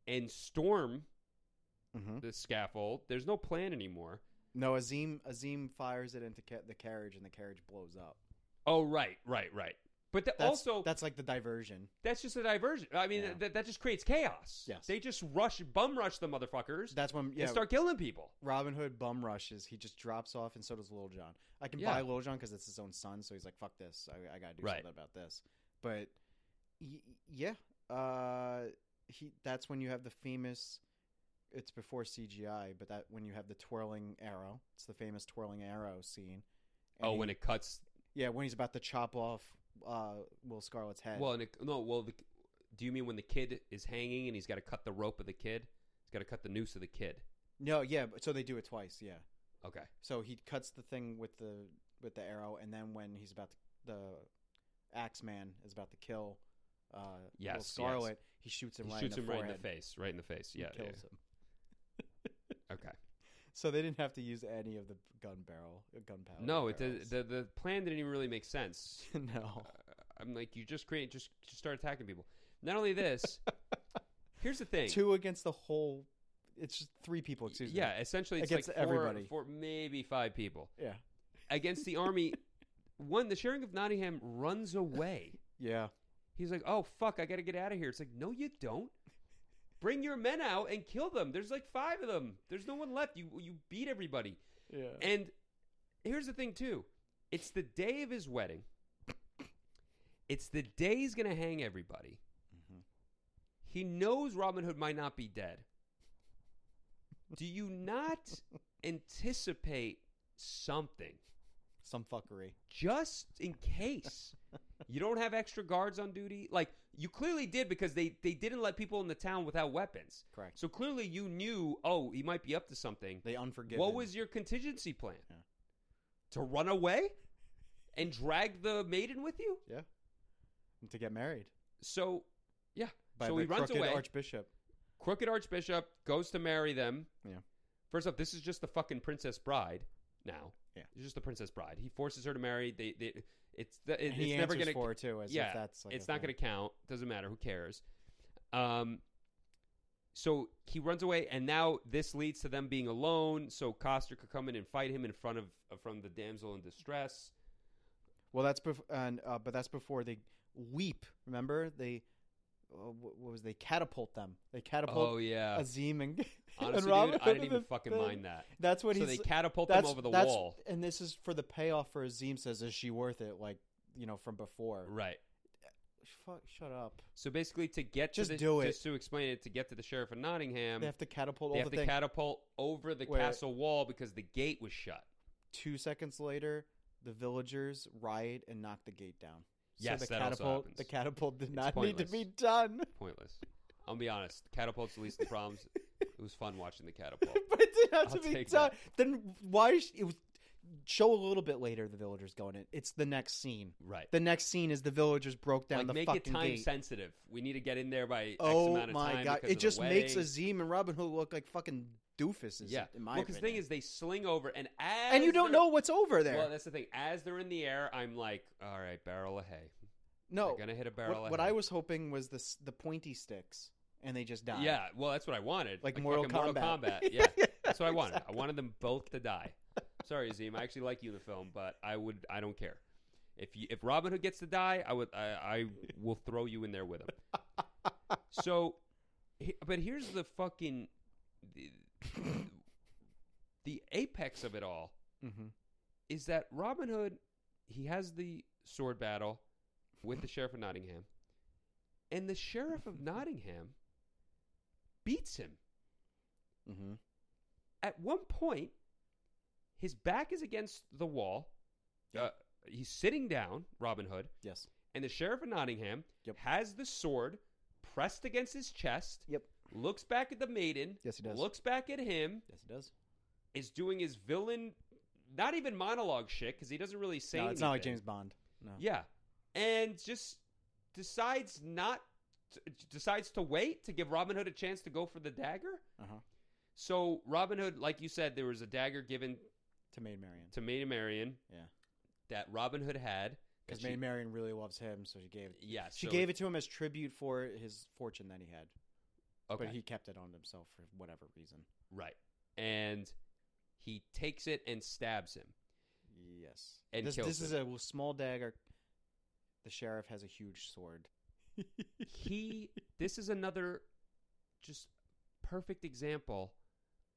and storm Mhm. the scaffold. There's no plan anymore. no. Azim Azim fires it into ca- the carriage, and the carriage blows up. Oh, right, right, right. But the, That's, also, that's like the diversion. that's just a diversion. I mean, Yeah. that that just creates chaos. Yes. They just rush, bum rush the motherfuckers That's when yeah, and start killing people. Robin Hood bum rushes. He just drops off, and so does Lil John. I can Yeah. buy Lil John because it's his own son, so he's like, "Fuck this! I, I gotta do Right. something about this." But y- yeah, uh, he that's when you have the famous it's before CGI, but that when you have the twirling arrow, it's the famous twirling arrow scene. oh, when he- it cuts. yeah, when he's about to chop off uh, Will Scarlet's head. Well, and it, no. Well, the, do you mean when the kid is hanging and he's got to cut the rope of the kid? He's got to cut the noose of the kid. no, yeah, but so they do it twice, yeah. Okay. So he cuts the thing with the with the arrow, and then when he's about to, the Axeman is about to kill uh, Will Yes, Scarlet, he shoots him He right shoots in him the right in forehead. the face. Right in the face. and Yeah. yeah. kills him. Okay. So they didn't have to use any of the gun barrel, gunpowder. No, it barrels. does, the the plan didn't even really make sense. no. I'm like, you just create, just, just start attacking people. Not only this, here's the thing. Two against the whole. It's just three people. Excuse me. yeah, essentially, it's Against like four, everybody. four, maybe five people Yeah. against the army. One, the sheriff of Nottingham runs away. Yeah. He's like, "Oh fuck, I got to get out of here." It's like, "No, you don't. Bring your men out and kill them. There's like five of them. There's no one left. You you beat everybody." Yeah. And here's the thing too. It's the day of his wedding. It's the day he's going to hang everybody. Mhm. He knows Robin Hood might not be dead. Do you not anticipate something Some fuckery. just in case? You don't have extra guards on duty? Like you clearly did because they they didn't let people in the town without weapons. Correct. So clearly you knew, oh, he might be up to something. They unforgiven. What was your contingency plan? Yeah. To run away and drag the maiden with you? to get married So, yeah. by so the he runs crooked away. archbishop? crooked Archbishop goes to marry them. Yeah. First off, this is just the fucking Princess Bride now. Yeah. It's just the Princess Bride. He forces her to marry. They, they, it's the, And it, he it's never answers gonna for it too. As yeah, if that's like it's not going to count. Doesn't matter. Who cares? Um, so he runs away, and now this leads to them being alone. So Coster could come in and fight him in front of uh, from the damsel in distress. Well, that's bef- and uh, but that's before they weep. Remember they. Uh, wh- what was they catapult them? They catapult oh yeah, Azim and, and honestly, Robin. dude, I Hood didn't in even the fucking thing. mind that. That's what So he's they catapult them that's, over the that's, wall, And this is for the payoff for Azim says, "Is she worth it?" Like you know from before. right? Fuck, shut up. So basically, to get Just to the, do it. just to explain it, to get to the sheriff of Nottingham, They have to catapult um, they all have the to thing. catapult over the Where- castle wall because the gate was shut. Two seconds later, the villagers riot and knock the gate down. Yes, so the that also catapult, happens. the catapult did not need to pointless. be done, Pointless. I'll be honest. Catapults the least of the problems. It was fun watching the catapult. but it did have I'll to be take done. that. Then why? Sh- it was show a little bit later. The villagers going in. It's the next scene. Right. The next scene is the villagers broke down like the make fucking it time gate. sensitive. We need to get in there by X oh amount of my time god! because It of just the makes wedding. Azim and Robin Hood look like fucking doofuses. yeah. in my well, opinion. the thing is, they sling over and as and you don't they're- know what's over there. Well, that's the thing. As they're in the air, I'm like, all right, barrel of hay. no, they're gonna hit a barrel. what, of what hay. I was hoping was the s- the pointy sticks, and they just die. Yeah, well, that's what I wanted. like, Mortal, fucking Kombat. Kombat. Yeah, that's what I wanted. I wanted them both to die. Sorry, Azim. I actually like you in the film, but I would. I don't care. If you, if Robin Hood gets to die, I would. I, I will throw you in there with him. So, he- but here's the fucking the, the apex of it all hmm is that Robin Hood he has the sword battle with the sheriff of Nottingham, and the sheriff of Nottingham beats him. hmm at one point, his back is against the wall. Yep. Uh, he's sitting down, Robin Hood, Yes. and the sheriff of Nottingham Yep. has the sword pressed against his chest. Yep. Looks back at the maiden. Yes, he does. Looks back at him. Yes, it does. Is doing his villain, not even monologue shit, because he doesn't really say. No, it's not like anything. James Bond. No. Yeah, and just decides not t- decides to wait to give Robin Hood a chance to go for the dagger. Uh-huh. So Robin Hood, like you said, there was a dagger given To Maid Marian. to Maid Marian. Yeah. That Robin Hood had. Because that she- Maid Marian really loves him, so she gave it. Yeah. She so gave it to him as tribute for his fortune that he had, Okay. but he kept it on himself for whatever reason. right. And he takes it and stabs him. Yes. And this kills this is a small dagger. The sheriff has a huge sword. Mm-hmm. He. this is another just perfect example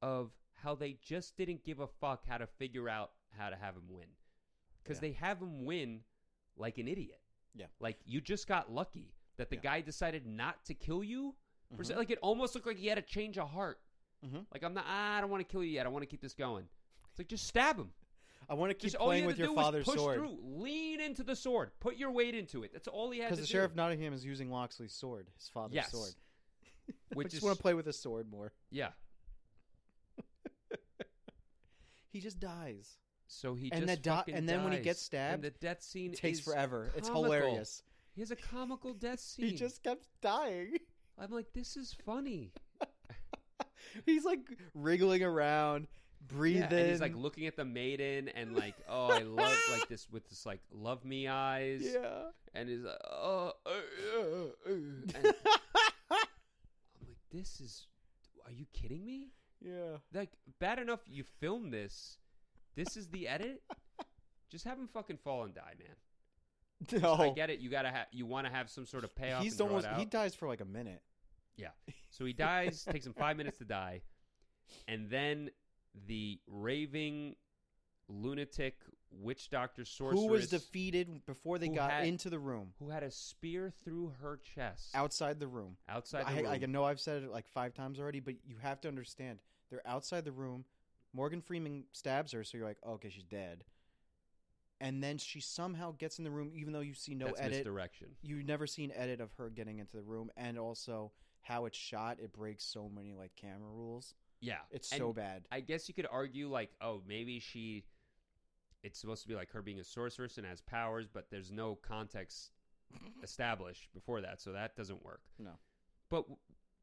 of how they just didn't give a fuck how to figure out how to have him win. Because Yeah. they have him win like an idiot. Yeah. Like you just got lucky that the Yeah. Mm-hmm. guy decided not to kill you percent. Like it almost looked like he had a change of heart. Mhm. Like I'm not. "Ah, I don't want to kill you yet. I want to keep this going. It's like just stab him. I want to keep Just all you playing had with to your do was father's push sword through, lean into the sword, put your weight into it. That's all he had to because do. the sheriff of Nottingham is using Loxley's sword, his father's Yes. sword. I which just is want to play with his sword more. yeah. He just dies. So he And just the di- fucking and then when he dies. gets And stabbed, the death scene It takes is forever. It's comical. hilarious. He has a comical death scene. He just kept dying. I'm like, this is funny. He's like wriggling around, breathing. Yeah, and he's like looking at the maiden and like, oh, I love like this with this like love me eyes, yeah. and he's like, oh, uh, uh, uh," and I'm like, this is, are you kidding me? yeah. Like, bad enough you filmed this, this is the edit. Just have him fucking fall and die, man. No. I get it. You gotta have, you want to have some sort of payoff. he's and draw it almost out. he dies for like a minute. So he dies, takes him five minutes to die, and then the raving lunatic witch doctor sorceress Who was defeated before they who got had- into the room? who had a spear through her chest Outside the room. outside the I, room. I know I've said it like five times already, but you have to understand they're outside the room. Morgan Freeman stabs her, so you're like, oh, okay, she's dead. And then she somehow gets in the room, even though you see no That's edit. misdirection. you never see an edit of her getting into the room, and also how it's shot. It breaks so many like camera rules. Yeah, It's And so bad. I guess you could argue like, oh, maybe she. It's supposed to be like her being a sorceress and has powers, but there's no context established before that, so that doesn't work. No. But w-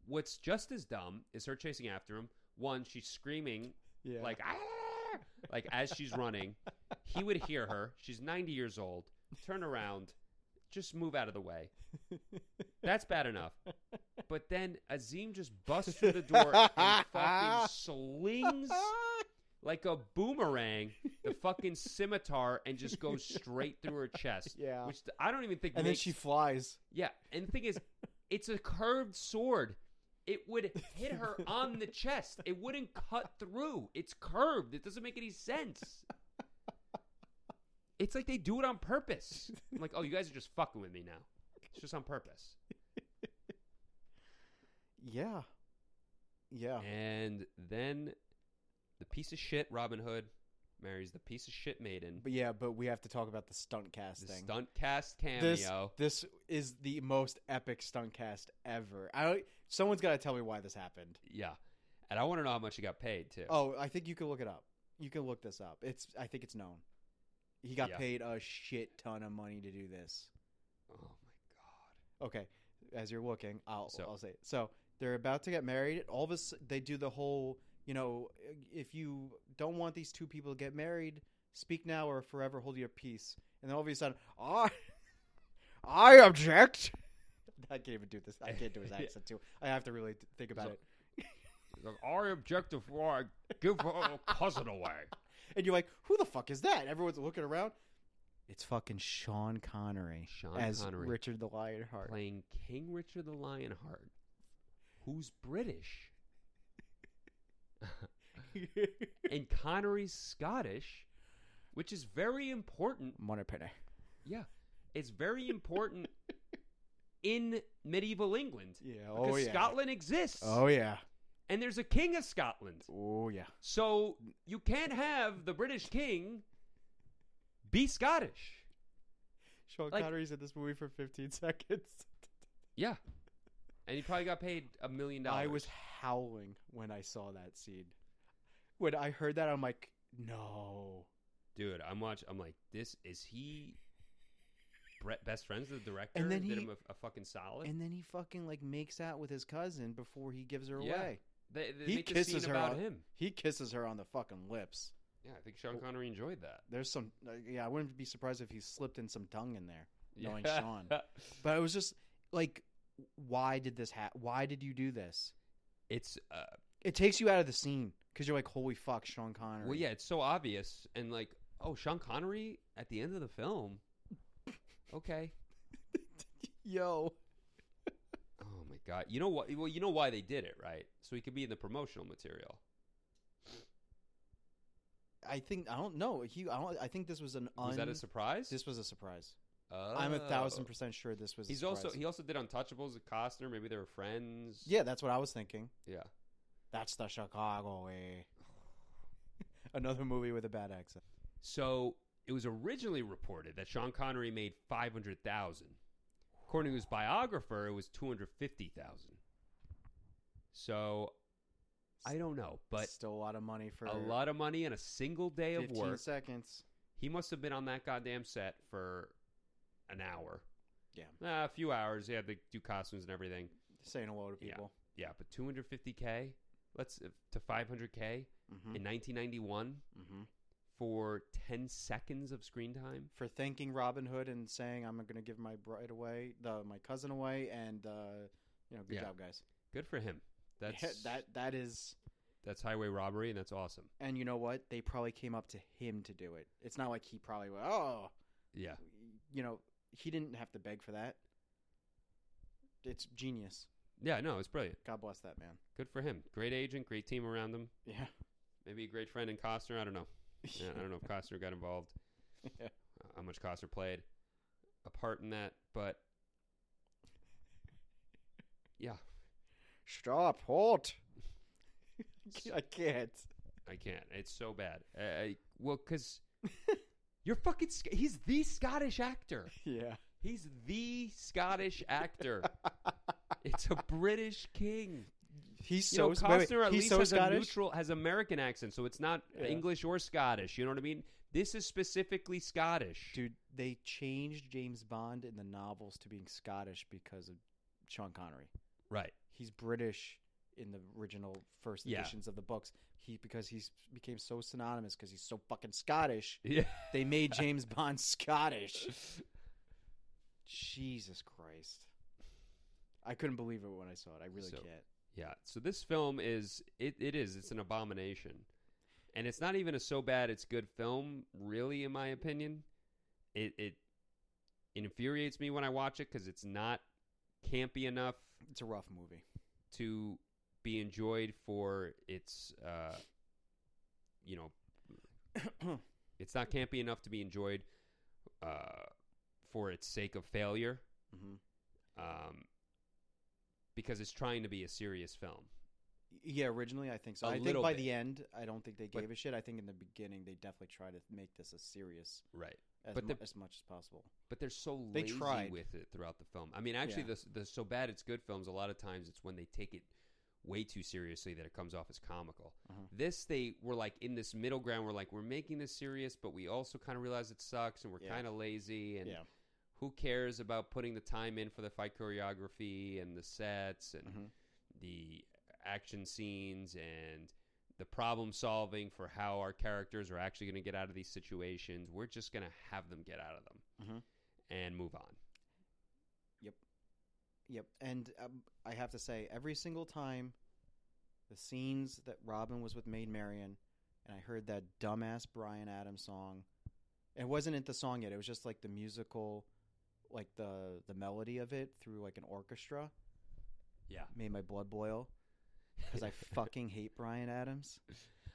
what's just as dumb is her chasing after him. One, she's screaming Yeah, like "Ah!" like as she's running he would hear her she's 90 years old turn around just move out of the way that's bad enough but then azim just busts through the door and fucking slings like a boomerang the fucking scimitar and just goes straight through her chest yeah. which i don't even think and then makes, she flies. yeah and the thing is it's a curved sword it would hit her on the chest. It wouldn't cut through. It's curved. It doesn't make any sense. It's like they do it on purpose. I'm like, oh, you guys are just fucking with me now. It's just on purpose. Yeah, yeah. And then the piece of shit Robin Hood marries the piece of shit maiden. But yeah, but we have to talk about the stunt cast The thing. stunt cast cameo. This this is the most epic stunt cast ever. I don't, someone's got to tell me why this happened. yeah. And I want to know how much he got paid, too. Oh, I think you can look it up. You can look this up. It's I think it's known. He got Yeah. paid a shit ton of money to do this. Oh, my okay as you're looking i'll So- i'll say so they're about to get married all of a sudden they do the whole you know if you don't want these two people to get married speak now or forever hold your peace and then all of a sudden i i object i can't even do this i can't do his Yeah. accent too i have to really th- think about So- it God. Our objective for give her cousin away. and you're like who the fuck is that everyone's looking around it's fucking sean connery Sean as Connery. richard the lionheart playing King Richard the Lionheart, who's British, and Connery's Scottish, which is very important. monopinner Yeah, it's very important in medieval England yeah because oh yeah Scotland exists, oh yeah and there's a king of Scotland. oh yeah So you can't have the British king be Scottish. Sean Like- Connery's in this movie for 15 seconds. Yeah, and he probably got paid a million dollars. I was howling when I saw that scene. When I heard that, I'm like, no. dude i'm watching i'm like this is he Bre- best friends with the director then did he- him a, a fucking solid And then he fucking like makes out with his cousin before he gives her Yeah. away. they, they he make the kisses scene her about on- him He kisses her on the fucking lips. yeah i think sean connery enjoyed that There's some, like, yeah, I wouldn't be surprised if he slipped in some tongue in there. Knowing Yeah. Sean. But I was just like, why did this happen? Why did you do this? it's uh, It takes you out of the scene because you're like, holy fuck, Sean Connery. well yeah it's so obvious and like oh sean connery at the end of the film okay Yo. oh my god you know what well you know why they did it right so he could be in the promotional material I think I don't know. He I don't I think this was an un, was that a surprise this was a surprise. I'm a Oh. thousand percent sure this was. a He's surprise. also he also did Untouchables with Costner. Maybe they were friends. yeah, that's what I was thinking. yeah. That's the Chicago way. Another movie with a bad accent. So it was originally reported that Sean Connery made five hundred thousand. According to his biographer, it was two hundred fifty thousand. So I don't know, but still a lot of money for a lot of money in a single day of 15 work. seconds. He must have been on that goddamn set for an hour. Yeah. Ah, a few hours. He had to do costumes and everything. Saying hello to Yeah. people. Yeah, but 250k, let's to 500k Mm-hmm. in 1991 Mm-hmm. for 10 seconds of screen time. For thanking Robin Hood and saying I'm going to give my bride away, the my cousin away, and uh, you know, good Yeah. job, guys. Good for him. That's that that is, that's highway robbery, and that's awesome. and you know what? They probably came up to him to do it. It's not like he probably went, oh, Yeah, you know, he didn't have to beg for that. It's genius. yeah. No, it's brilliant. God bless that man. Good for him. Great agent, great team around him. Yeah. Maybe a great friend in Costner. I don't know. Yeah, I don't know if Costner got involved. Uh, Yeah. How much Costner played a part in that, but yeah, Stop, halt. I can't. I can't. It's so bad. I, I, well, because you're fucking. Sc- he's the Scottish actor. Yeah. He's the Scottish actor. it's a British king. He's You know, so Costner wait, wait, at he's least so has a Scottish. neutral, has American accent, so it's not Yeah. English or Scottish. You know what I mean? This is specifically Scottish. Dude, they changed James Bond in the novels to being Scottish because of Sean Connery. Right. He's British in the original first Yeah. editions of the books. He because he's became so synonymous because he's so fucking Scottish. Yeah. They made James Bond Scottish. Jesus Christ. I couldn't believe it when I saw it. I really So- can't. Yeah. So this film is it, it is it's an abomination, and it's not even a so bad it's good film really in my opinion. It it infuriates me when I watch it because it's not campy enough It's a rough movie. to be enjoyed for its uh, you know it's not campy enough to be enjoyed uh, for its sake of failure hmm um, because it's trying to be a serious film. Yeah, originally I think so. A I think little by bit. the end, I don't think they But- gave a shit. I think in the beginning, they definitely try to make this as serious Right. as, But mu- the- as much as possible. But they're so They lazy tried. with it throughout the film. I mean, actually, Yeah. the, the so bad it's good films. A lot of times, it's when they take it way too seriously that it comes off as comical. Mhm. This they were like in this middle ground. We're like, we're making this serious, but we also kind of realize it sucks, and we're Yeah. kind of lazy, and yeah, who cares about putting the time in for the fight choreography and the sets and Mhm. the action scenes and the problem solving for how our characters are actually going to get out of these situations. We're just going to have them get out of them Mhm. and move on. yep. And um, I have to say, every single time, the scenes that Robin was with Maid Marian, and I heard that dumbass Brian Adams song. It wasn't it the song yet. It was just like the musical, like the the melody of it through like an orchestra. Yeah. Made my blood boil because I fucking hate Brian Adams.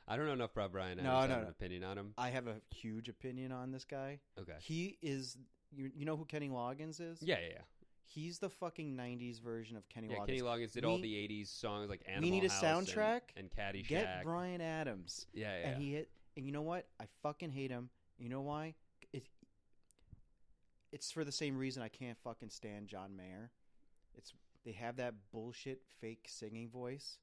I don't know enough about Brian Adams No, to no, Uh, have an no. opinion on him. I have a huge opinion on this guy. Okay. He is you, you know who Kenny Loggins is? Yeah, yeah, yeah. He's the fucking 90s version of Kenny yeah Loggins. Kenny Loggins did We- all the 80s songs like Animal need a House and- soundtrack. and, Caddyshack. Get Brian Adams. yeah, yeah. And he hit and you know what? I fucking hate him. You know why? It It's for the same reason I can't fucking stand John Mayer. It's they have that bullshit fake singing voice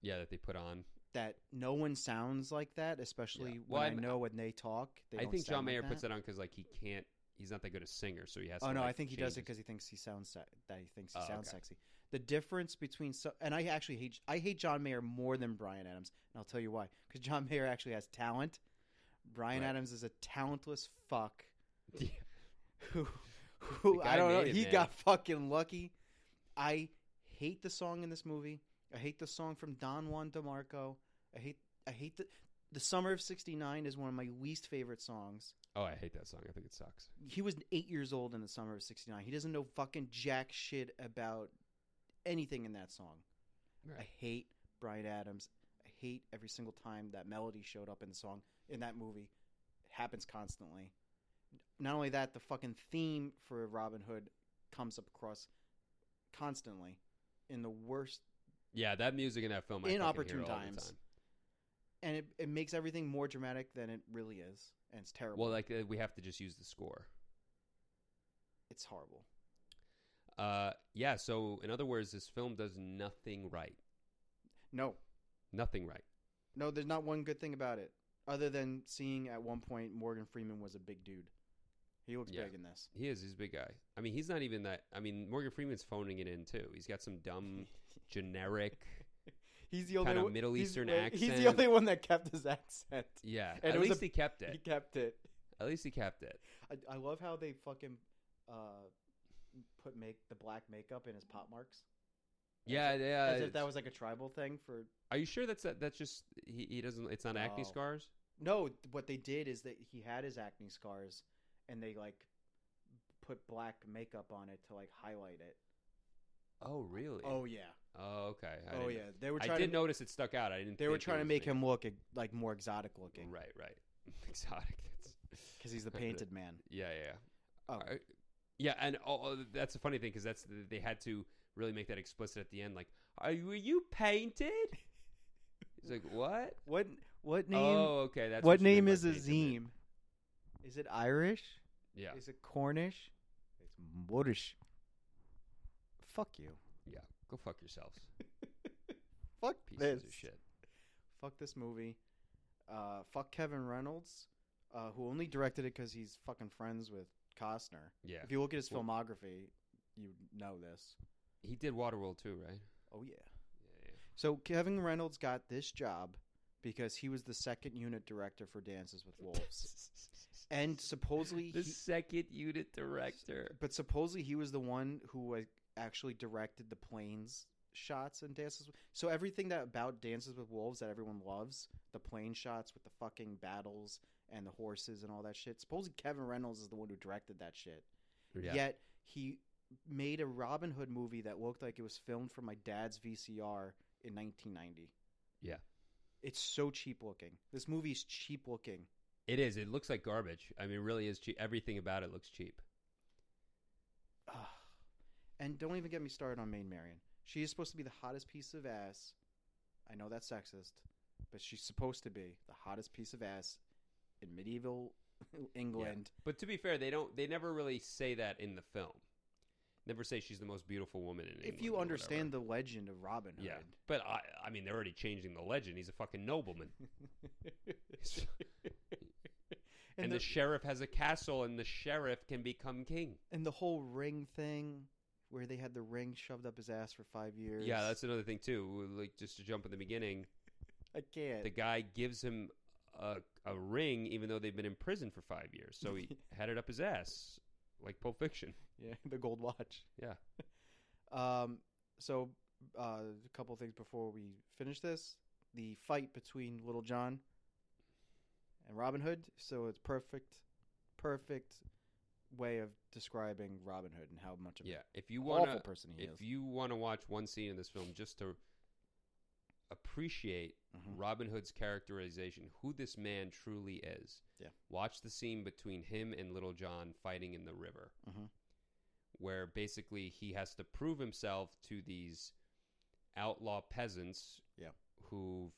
yeah, that they put on. that no one sounds like that, especially Yeah. when Well, I'm- I know when they talk. They I don't think John sound like Mayer puts that. that on because like he can't. He's not that good a singer, so he has. Oh to, no, like, I think he change does it his- because he thinks he sounds se- that he thinks he Oh, sounds okay. sexy. The difference between so, and I actually hate I hate John Mayer more than Brian Adams, and I'll tell you why. Because John Mayer actually has talent. Brian Right. Adams is a talentless fuck Yeah. who, who The I guy don't know. made it, He man. got fucking lucky. I hate the song in this movie. I hate the song from Don Juan DeMarco. I hate I hate the the Summer of '69 is one of my least favorite songs. Oh, I hate that song. I think it sucks. he was eight years old in the summer of '69. He doesn't know fucking jack shit about anything in that song. I Right. hate Brian Adams. I hate every single time that melody showed up in the song in that movie. It happens constantly. not only that, the fucking theme for Robin Hood comes up across constantly in the worst, Yeah, that music in that film. I Inopportune fucking hear all the times. time. and it, it makes everything more dramatic than it really is, and it's terrible. Well, like uh, we have to just use the score. it's horrible. Uh, yeah. So in other words, this film does nothing right. No, Nothing right. no, there's not one good thing about it, other than seeing at one point Morgan Freeman was a big dude. He looks Yeah. big in this. He is. He's a big guy. I mean, he's not even that. I mean, Morgan Freeman's phoning it in too. He's got some dumb, generic. He's the only Um, Kinda one- Middle he's- Eastern He's accent. the only one that kept his accent. Yeah. it At was least a- he kept He it. kept it. At least he kept it. I, I love how they fucking uh, put make the black makeup in his pot marks. Yeah. if- Yeah. As if it's- that was like a tribal thing for Are you sure that's that's just he, he doesn't? It's not acne No. scars. No, what they did is that he had his acne scars, and they like put black makeup on it to like highlight it. Oh really? Oh yeah, Oh, okay. I oh didn't- yeah. They were I trying. did to, notice it stuck out. I didn't. They were think it trying to was make me. him look e- like more exotic looking Right. Right. Exotic. That's- because he's the painted man. Yeah, yeah. Oh. I- yeah, and oh, oh, that's a funny thing because that's they had to really make that explicit at the end. Like, are you, were you painted? He's like, what? What what name? oh, okay. That's what, you meant name by is painted, man. Azim? Is it Irish? Yeah, Is it Cornish? It's Moorish. Fuck you. yeah. Go fuck yourselves, Fuck pieces of shit. fuck this movie. Uh, fuck Kevin Reynolds, uh, who only directed it because he's fucking friends with Costner. Yeah, If you look at his Well- filmography, you know this. he did Waterworld too, right? Oh yeah. Yeah, So Kevin Reynolds got this job because he was the second unit director for Dances with yeah. Wolves, and supposedly, the he, second unit director. but supposedly he was the one who like, actually directed the planes shots in Dances. With... So everything that about Dances with Wolves that everyone loves, the plane shots with the fucking battles and the horses and all that shit. Supposedly Kevin Reynolds is the one who directed that shit. Yeah. Yet he made a Robin Hood movie that looked like it was filmed from my dad's VCR in 1990. Yeah. It's so cheap looking. This movie is cheap looking. it is. It looks like garbage. I mean, it really is cheap. Everything about it looks cheap. Ugh. And don't even get me started on Maid Marian. She is supposed to be the hottest piece of ass. I know that's sexist, but she's supposed to be the hottest piece of ass in medieval England. But to be fair, they don't. They never really say that in the film. Never say she's the most beautiful woman in. if you understand the legend of Robin Hood. yeah. But I, I mean, they're already changing the legend. He's a fucking nobleman, and, the, sheriff has a castle, and the sheriff can become king. And the whole ring thing, where they had the ring shoved up his ass for five years. Yeah, that's another thing too. Like just to jump in the beginning, I can't. the guy gives him a a ring, even though they've been in prison for five years. So he had it up his ass, like Pulp Fiction. yeah, the gold watch. Yeah. Um. So, uh, a couple of things before we finish this: the fight between Little John and Robin Hood. So it's perfect, perfect way of describing Robin Hood and how much of Yeah. If you an want awful to person he if is. you want to watch one scene in this film just to appreciate Mhm. Robin Hood's characterization, who this man truly is, Yeah. watch the scene between him and Little John fighting in the river, Mhm. where basically he has to prove himself to these outlaw peasants Yeah. who've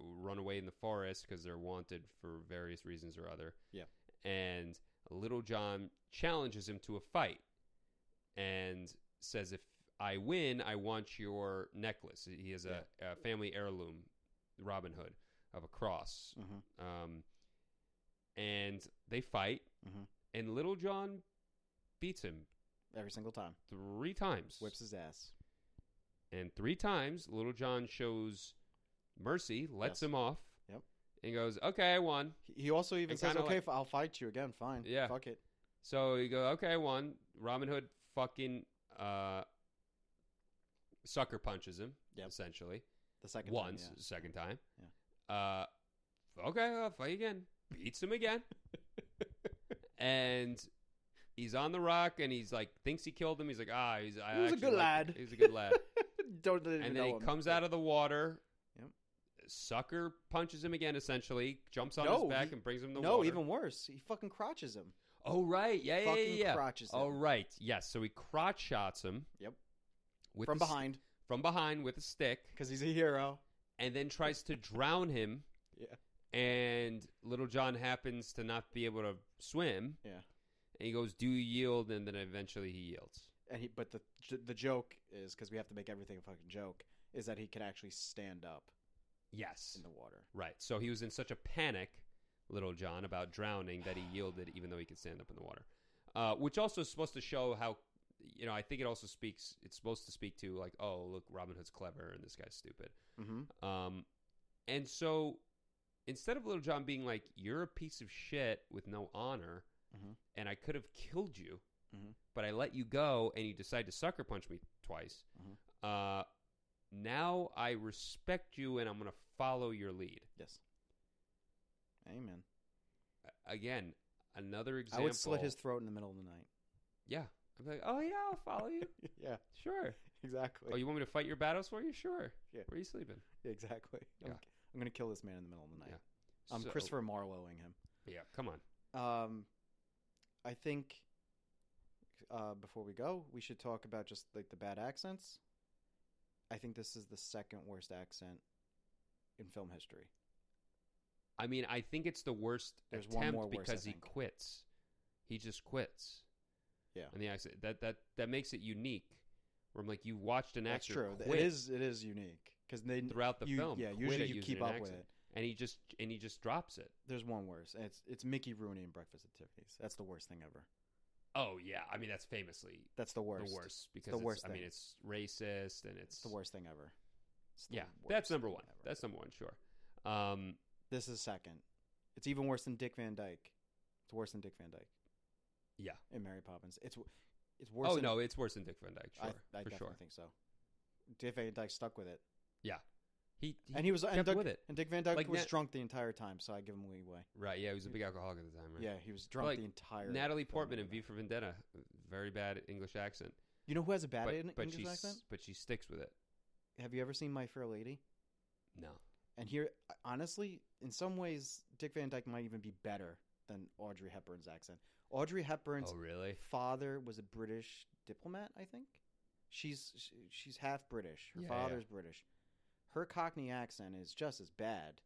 run away in the forest because they're wanted for various reasons or other. Yeah. And Little John challenges him to a fight and says, if I win, I want your necklace. He has a, a family heirloom, Robin Hood, of a cross. Mhm. Um, and they fight, Mhm. and Little John beats him Every single time, three times. whips his ass. And three times, Little John shows mercy, Yes. lets him off, Yep. and goes, "Okay, I won." He- He also even And says, kinda "Okay, like- f- I'll fight you again. Fine. Yeah. Fuck it." So you go, "Okay, I won." Robin Hood fucking uh, sucker punches him, Yep. essentially. The second time, once, yeah. second time. Uh, okay, I'll fight again. Beats him again, and he's on the rock, and he's like thinks he killed him. He's like, ah, he's I He was a actually good like- lad." He's a good lad. Don't even and then know he him. comes out of the water. Yep. Sucker punches him again. Essentially, jumps on No, his back he- and brings him to no, water. even worse. He fucking crotches him. Oh right, yeah, yeah, fucking yeah. yeah. crotches him Oh right, yes. So he crotch shots him. Yep. With from the s- behind from behind with a stick, because he's a hero. and then tries to drown him. Yeah. And Little John happens to not be able to swim. Yeah. And he goes, "Do you yield?" And then eventually he yields. And he, but the the joke is because we have to make everything a fucking joke is that he can actually stand up Yes. in the water. Right. So he was in such a panic, Little John, about drowning that he yielded, even though he could stand up in the water. Uh, which also is supposed to show how, you know, I think it also speaks. It's supposed to speak to like, oh, look, Robin Hood's clever and this guy's stupid. Mm-hmm. Um, and so instead of Little John being like, "You're a piece of shit with no honor," Mhm. and I could have killed you, Mhm. but I let you go, and you decide to sucker punch me twice. Mhm. Uh, now I respect you, and I'm going to follow your lead. Yes. Amen. Again, another example. I would slit his throat in the middle of the night. Yeah, I'm like, oh yeah, I'll follow you. yeah, Sure. exactly. Oh, you want me to fight your battles for you? Sure. Yeah. Where are you sleeping? exactly. I'm, Yeah. I'm gonna kill this man in the middle of the night. I'm So- Christopher Marlowing him. Yeah, come on. Um, I think uh, before we go, we should talk about just like the bad accents. I think this is the second worst accent in film history. I mean, I think it's the worst There's one attempt more worse, I because he think. quits. He just quits. Yeah. And the accent that that that makes it unique. Where I'm like, you watched an That's actor true. quit It is. It is unique because they throughout the you- film. Yeah, quit usually at you using keep an up with accent, it. and he just and he just drops it. There's one worse. and It's it's Mickey Rooney in Breakfast at Tiffany's. That's the worst thing ever. Oh yeah, I mean that's famously That's the worst. the worst because the it's- worst I mean thing. it's racist and it's, It's the worst thing ever. It's the Yeah, worst that's number thing one. ever. That's number one, sure. Um, this is second. It's even worse than Dick Van Dyke. It's worse than Dick Van Dyke. Yeah. In Mary Poppins, it's w- it's worse. oh than, no, it's worse than Dick Van Dyke, I, sure, I for definitely sure. think so. Dick Van Dyke stuck with it, He, he and he was and kept Doug, with it, And Dick Van Dyke Like was Nat- drunk the entire time, so I give him leeway. right? Yeah, he was a big alcoholic at the time, right? Yeah, he was drunk Like, the entire. Natalie film Portman in about it. V for Vendetta, very bad English accent, You know who has a bad but, in- but English she s- accent? but she sticks with it. Have you ever seen My Fair Lady? No, And here, honestly, in some ways, Dick Van Dyke might even be better than Audrey Hepburn's accent. Audrey Hepburn's oh really? father was a British diplomat, I think. She's she- she's half British. Her Yeah, yeah, yeah. father's British. Her Cockney accent is just as bad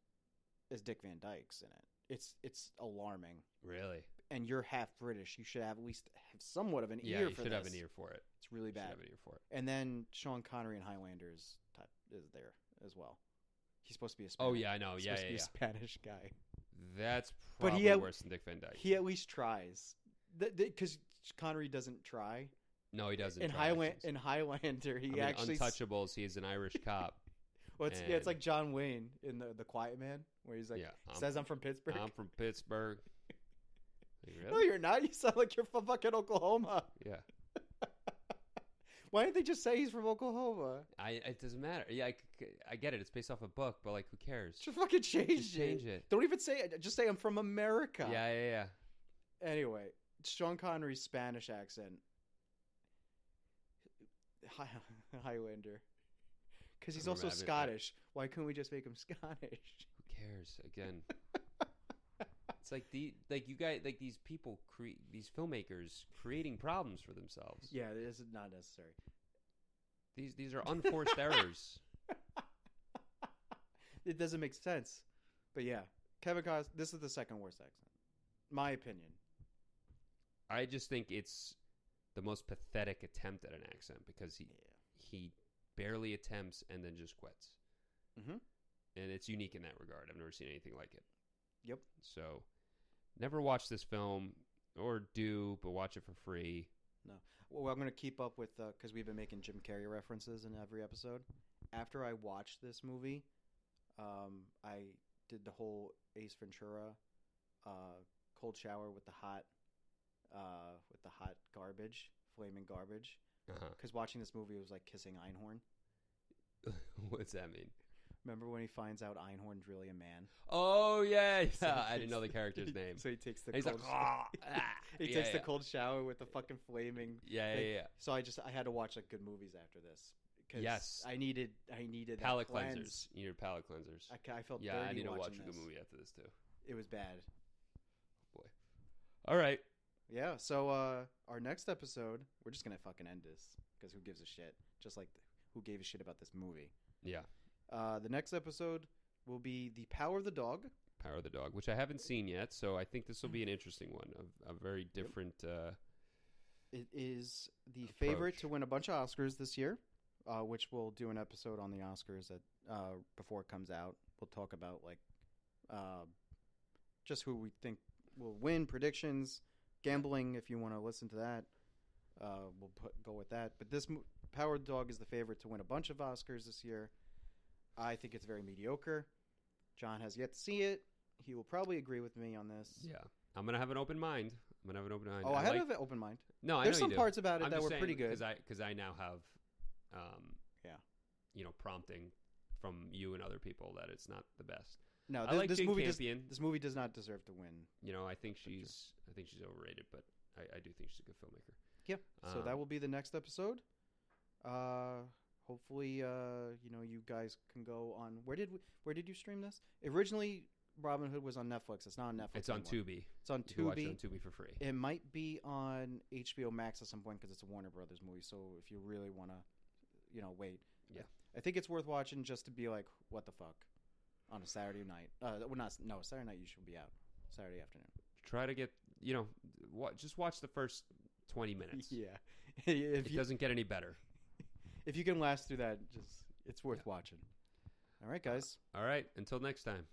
as Dick Van Dyke's in it. It's it's alarming. Really? And you're half British. You should have at least have somewhat of an Yeah, ear you for should this. have an ear for it. It's really You should bad. have an ear for it. And then Sean Connery in Highlander is, type, is there as well. He's supposed to be a Spanish. Oh yeah, I know. he's Yeah, supposed yeah, to be yeah. a Spanish guy. That's But he probably had- worse than Dick Van Dyke. He at least tries. Because Connery doesn't try. No, he doesn't. in try Highland accents. in Highlander, he I mean, actually s- Untouchables. He is an Irish cop. Well, it's, yeah, it's and- like John Wayne in the the Quiet Man, where he's like yeah, I'm says I'm from Pittsburgh. I'm from Pittsburgh. Like, No, really? you're not. You sound like you're from fucking Oklahoma. Yeah. Why didn't they just say he's from Oklahoma? I it doesn't matter. Yeah, I, c- I get it. It's based off a book, but like, who cares? Just fucking change, Just change it. it. Don't even say it. Just say I'm from America. Yeah, yeah, yeah. Anyway, Sean Connery's Spanish accent. Hi- Highlander. Because he's I'm also rabid, yeah. Scottish. Why couldn't we just make him Scottish? Who cares? Again, it's like the like you guys like these people cre- these filmmakers creating problems for themselves. Yeah, this is not necessary. These these are unforced errors. it doesn't make sense. But yeah, Kevin Costner. This is the second worst accent, my opinion. I just think it's the most pathetic attempt at an accent because he he barely attempts and then just quits. Mhm. And it's unique in that regard. I've never seen anything like it. Yep. So, never watch this film or do, but watch it for free. Well, I'm gonna keep up with because we've been making Jim Carrey references in every episode. After I watched this movie, um, I did the whole Ace Ventura, uh, cold shower with the hot, uh, with the hot garbage, flaming garbage. Uh-huh. Because watching this movie was like kissing Einhorn. What's that mean? Remember when he finds out Einhorn's really a man? Oh yeah, So yeah. he I didn't know the takes- character's he- name. So he takes the. And he's like, cold "Ah, shower. ah." he Yeah, takes the yeah. cold shower with the fucking flaming. Yeah, yeah, like, yeah. So I just I had to watch like good movies after this. 'cause Yes. I needed I needed that Palate cleanse. cleansers. You need palate cleansers. I, ca- I felt yeah, dirty I need to watch watching a good this. movie after this too. It was bad. All right. Yeah. So uh, our next episode, we're just gonna fucking end this because who gives a shit? Just like who gave a shit about this movie? Yeah. Uh, the next episode will be the power of the dog. Power of the Dog, which I haven't seen yet, so I think this will be an interesting one. A, a very different. Uh, It is the favorite Approach. to win a bunch of Oscars this year, uh, which we'll do an episode on the Oscars at uh, before it comes out. We'll talk about like uh, just who we think will win, predictions, gambling. If you want to listen to that, uh, we'll put go with that. But this mo- Power Dog is the favorite to win a bunch of Oscars this year. I think it's very mediocre. John has yet to see it. He will probably agree with me on this. yeah, I'm gonna have an open mind. I'm gonna have an open mind. Oh, I, had like- an open mind. no. I There's know some you do. parts about it that were pretty good. because I because I now have, um, Yeah. you know, prompting from you and other people that it's not the best. No, I Uh, this, like this Jane movie does Campion. This movie does not deserve to win. you know, I think Picture. she's I think she's overrated, but I, I do think she's a good filmmaker. Yeah. So that Um, will be the next episode. Uh, hopefully, uh, you know, you guys can go on. Where did we, where did you stream this? Originally, Robin Hood was on Netflix. It's not on Netflix. It's on anymore. Tubi. It's on You can watch it on Tubi. Tubi for free. It might be on HBO Max at some point because it's a Warner Brothers movie. So if you really want to, you know, wait. Yeah. I think it's worth watching just to be like, what the fuck, on a Saturday night. Uh, well, not no Saturday night. You should be out Saturday afternoon. Try to get you know, wa- just watch the first twenty minutes. Yeah. if it you doesn't get any better. if you can last through that, just it's worth Yeah. watching. All right, guys. All right. Until next time.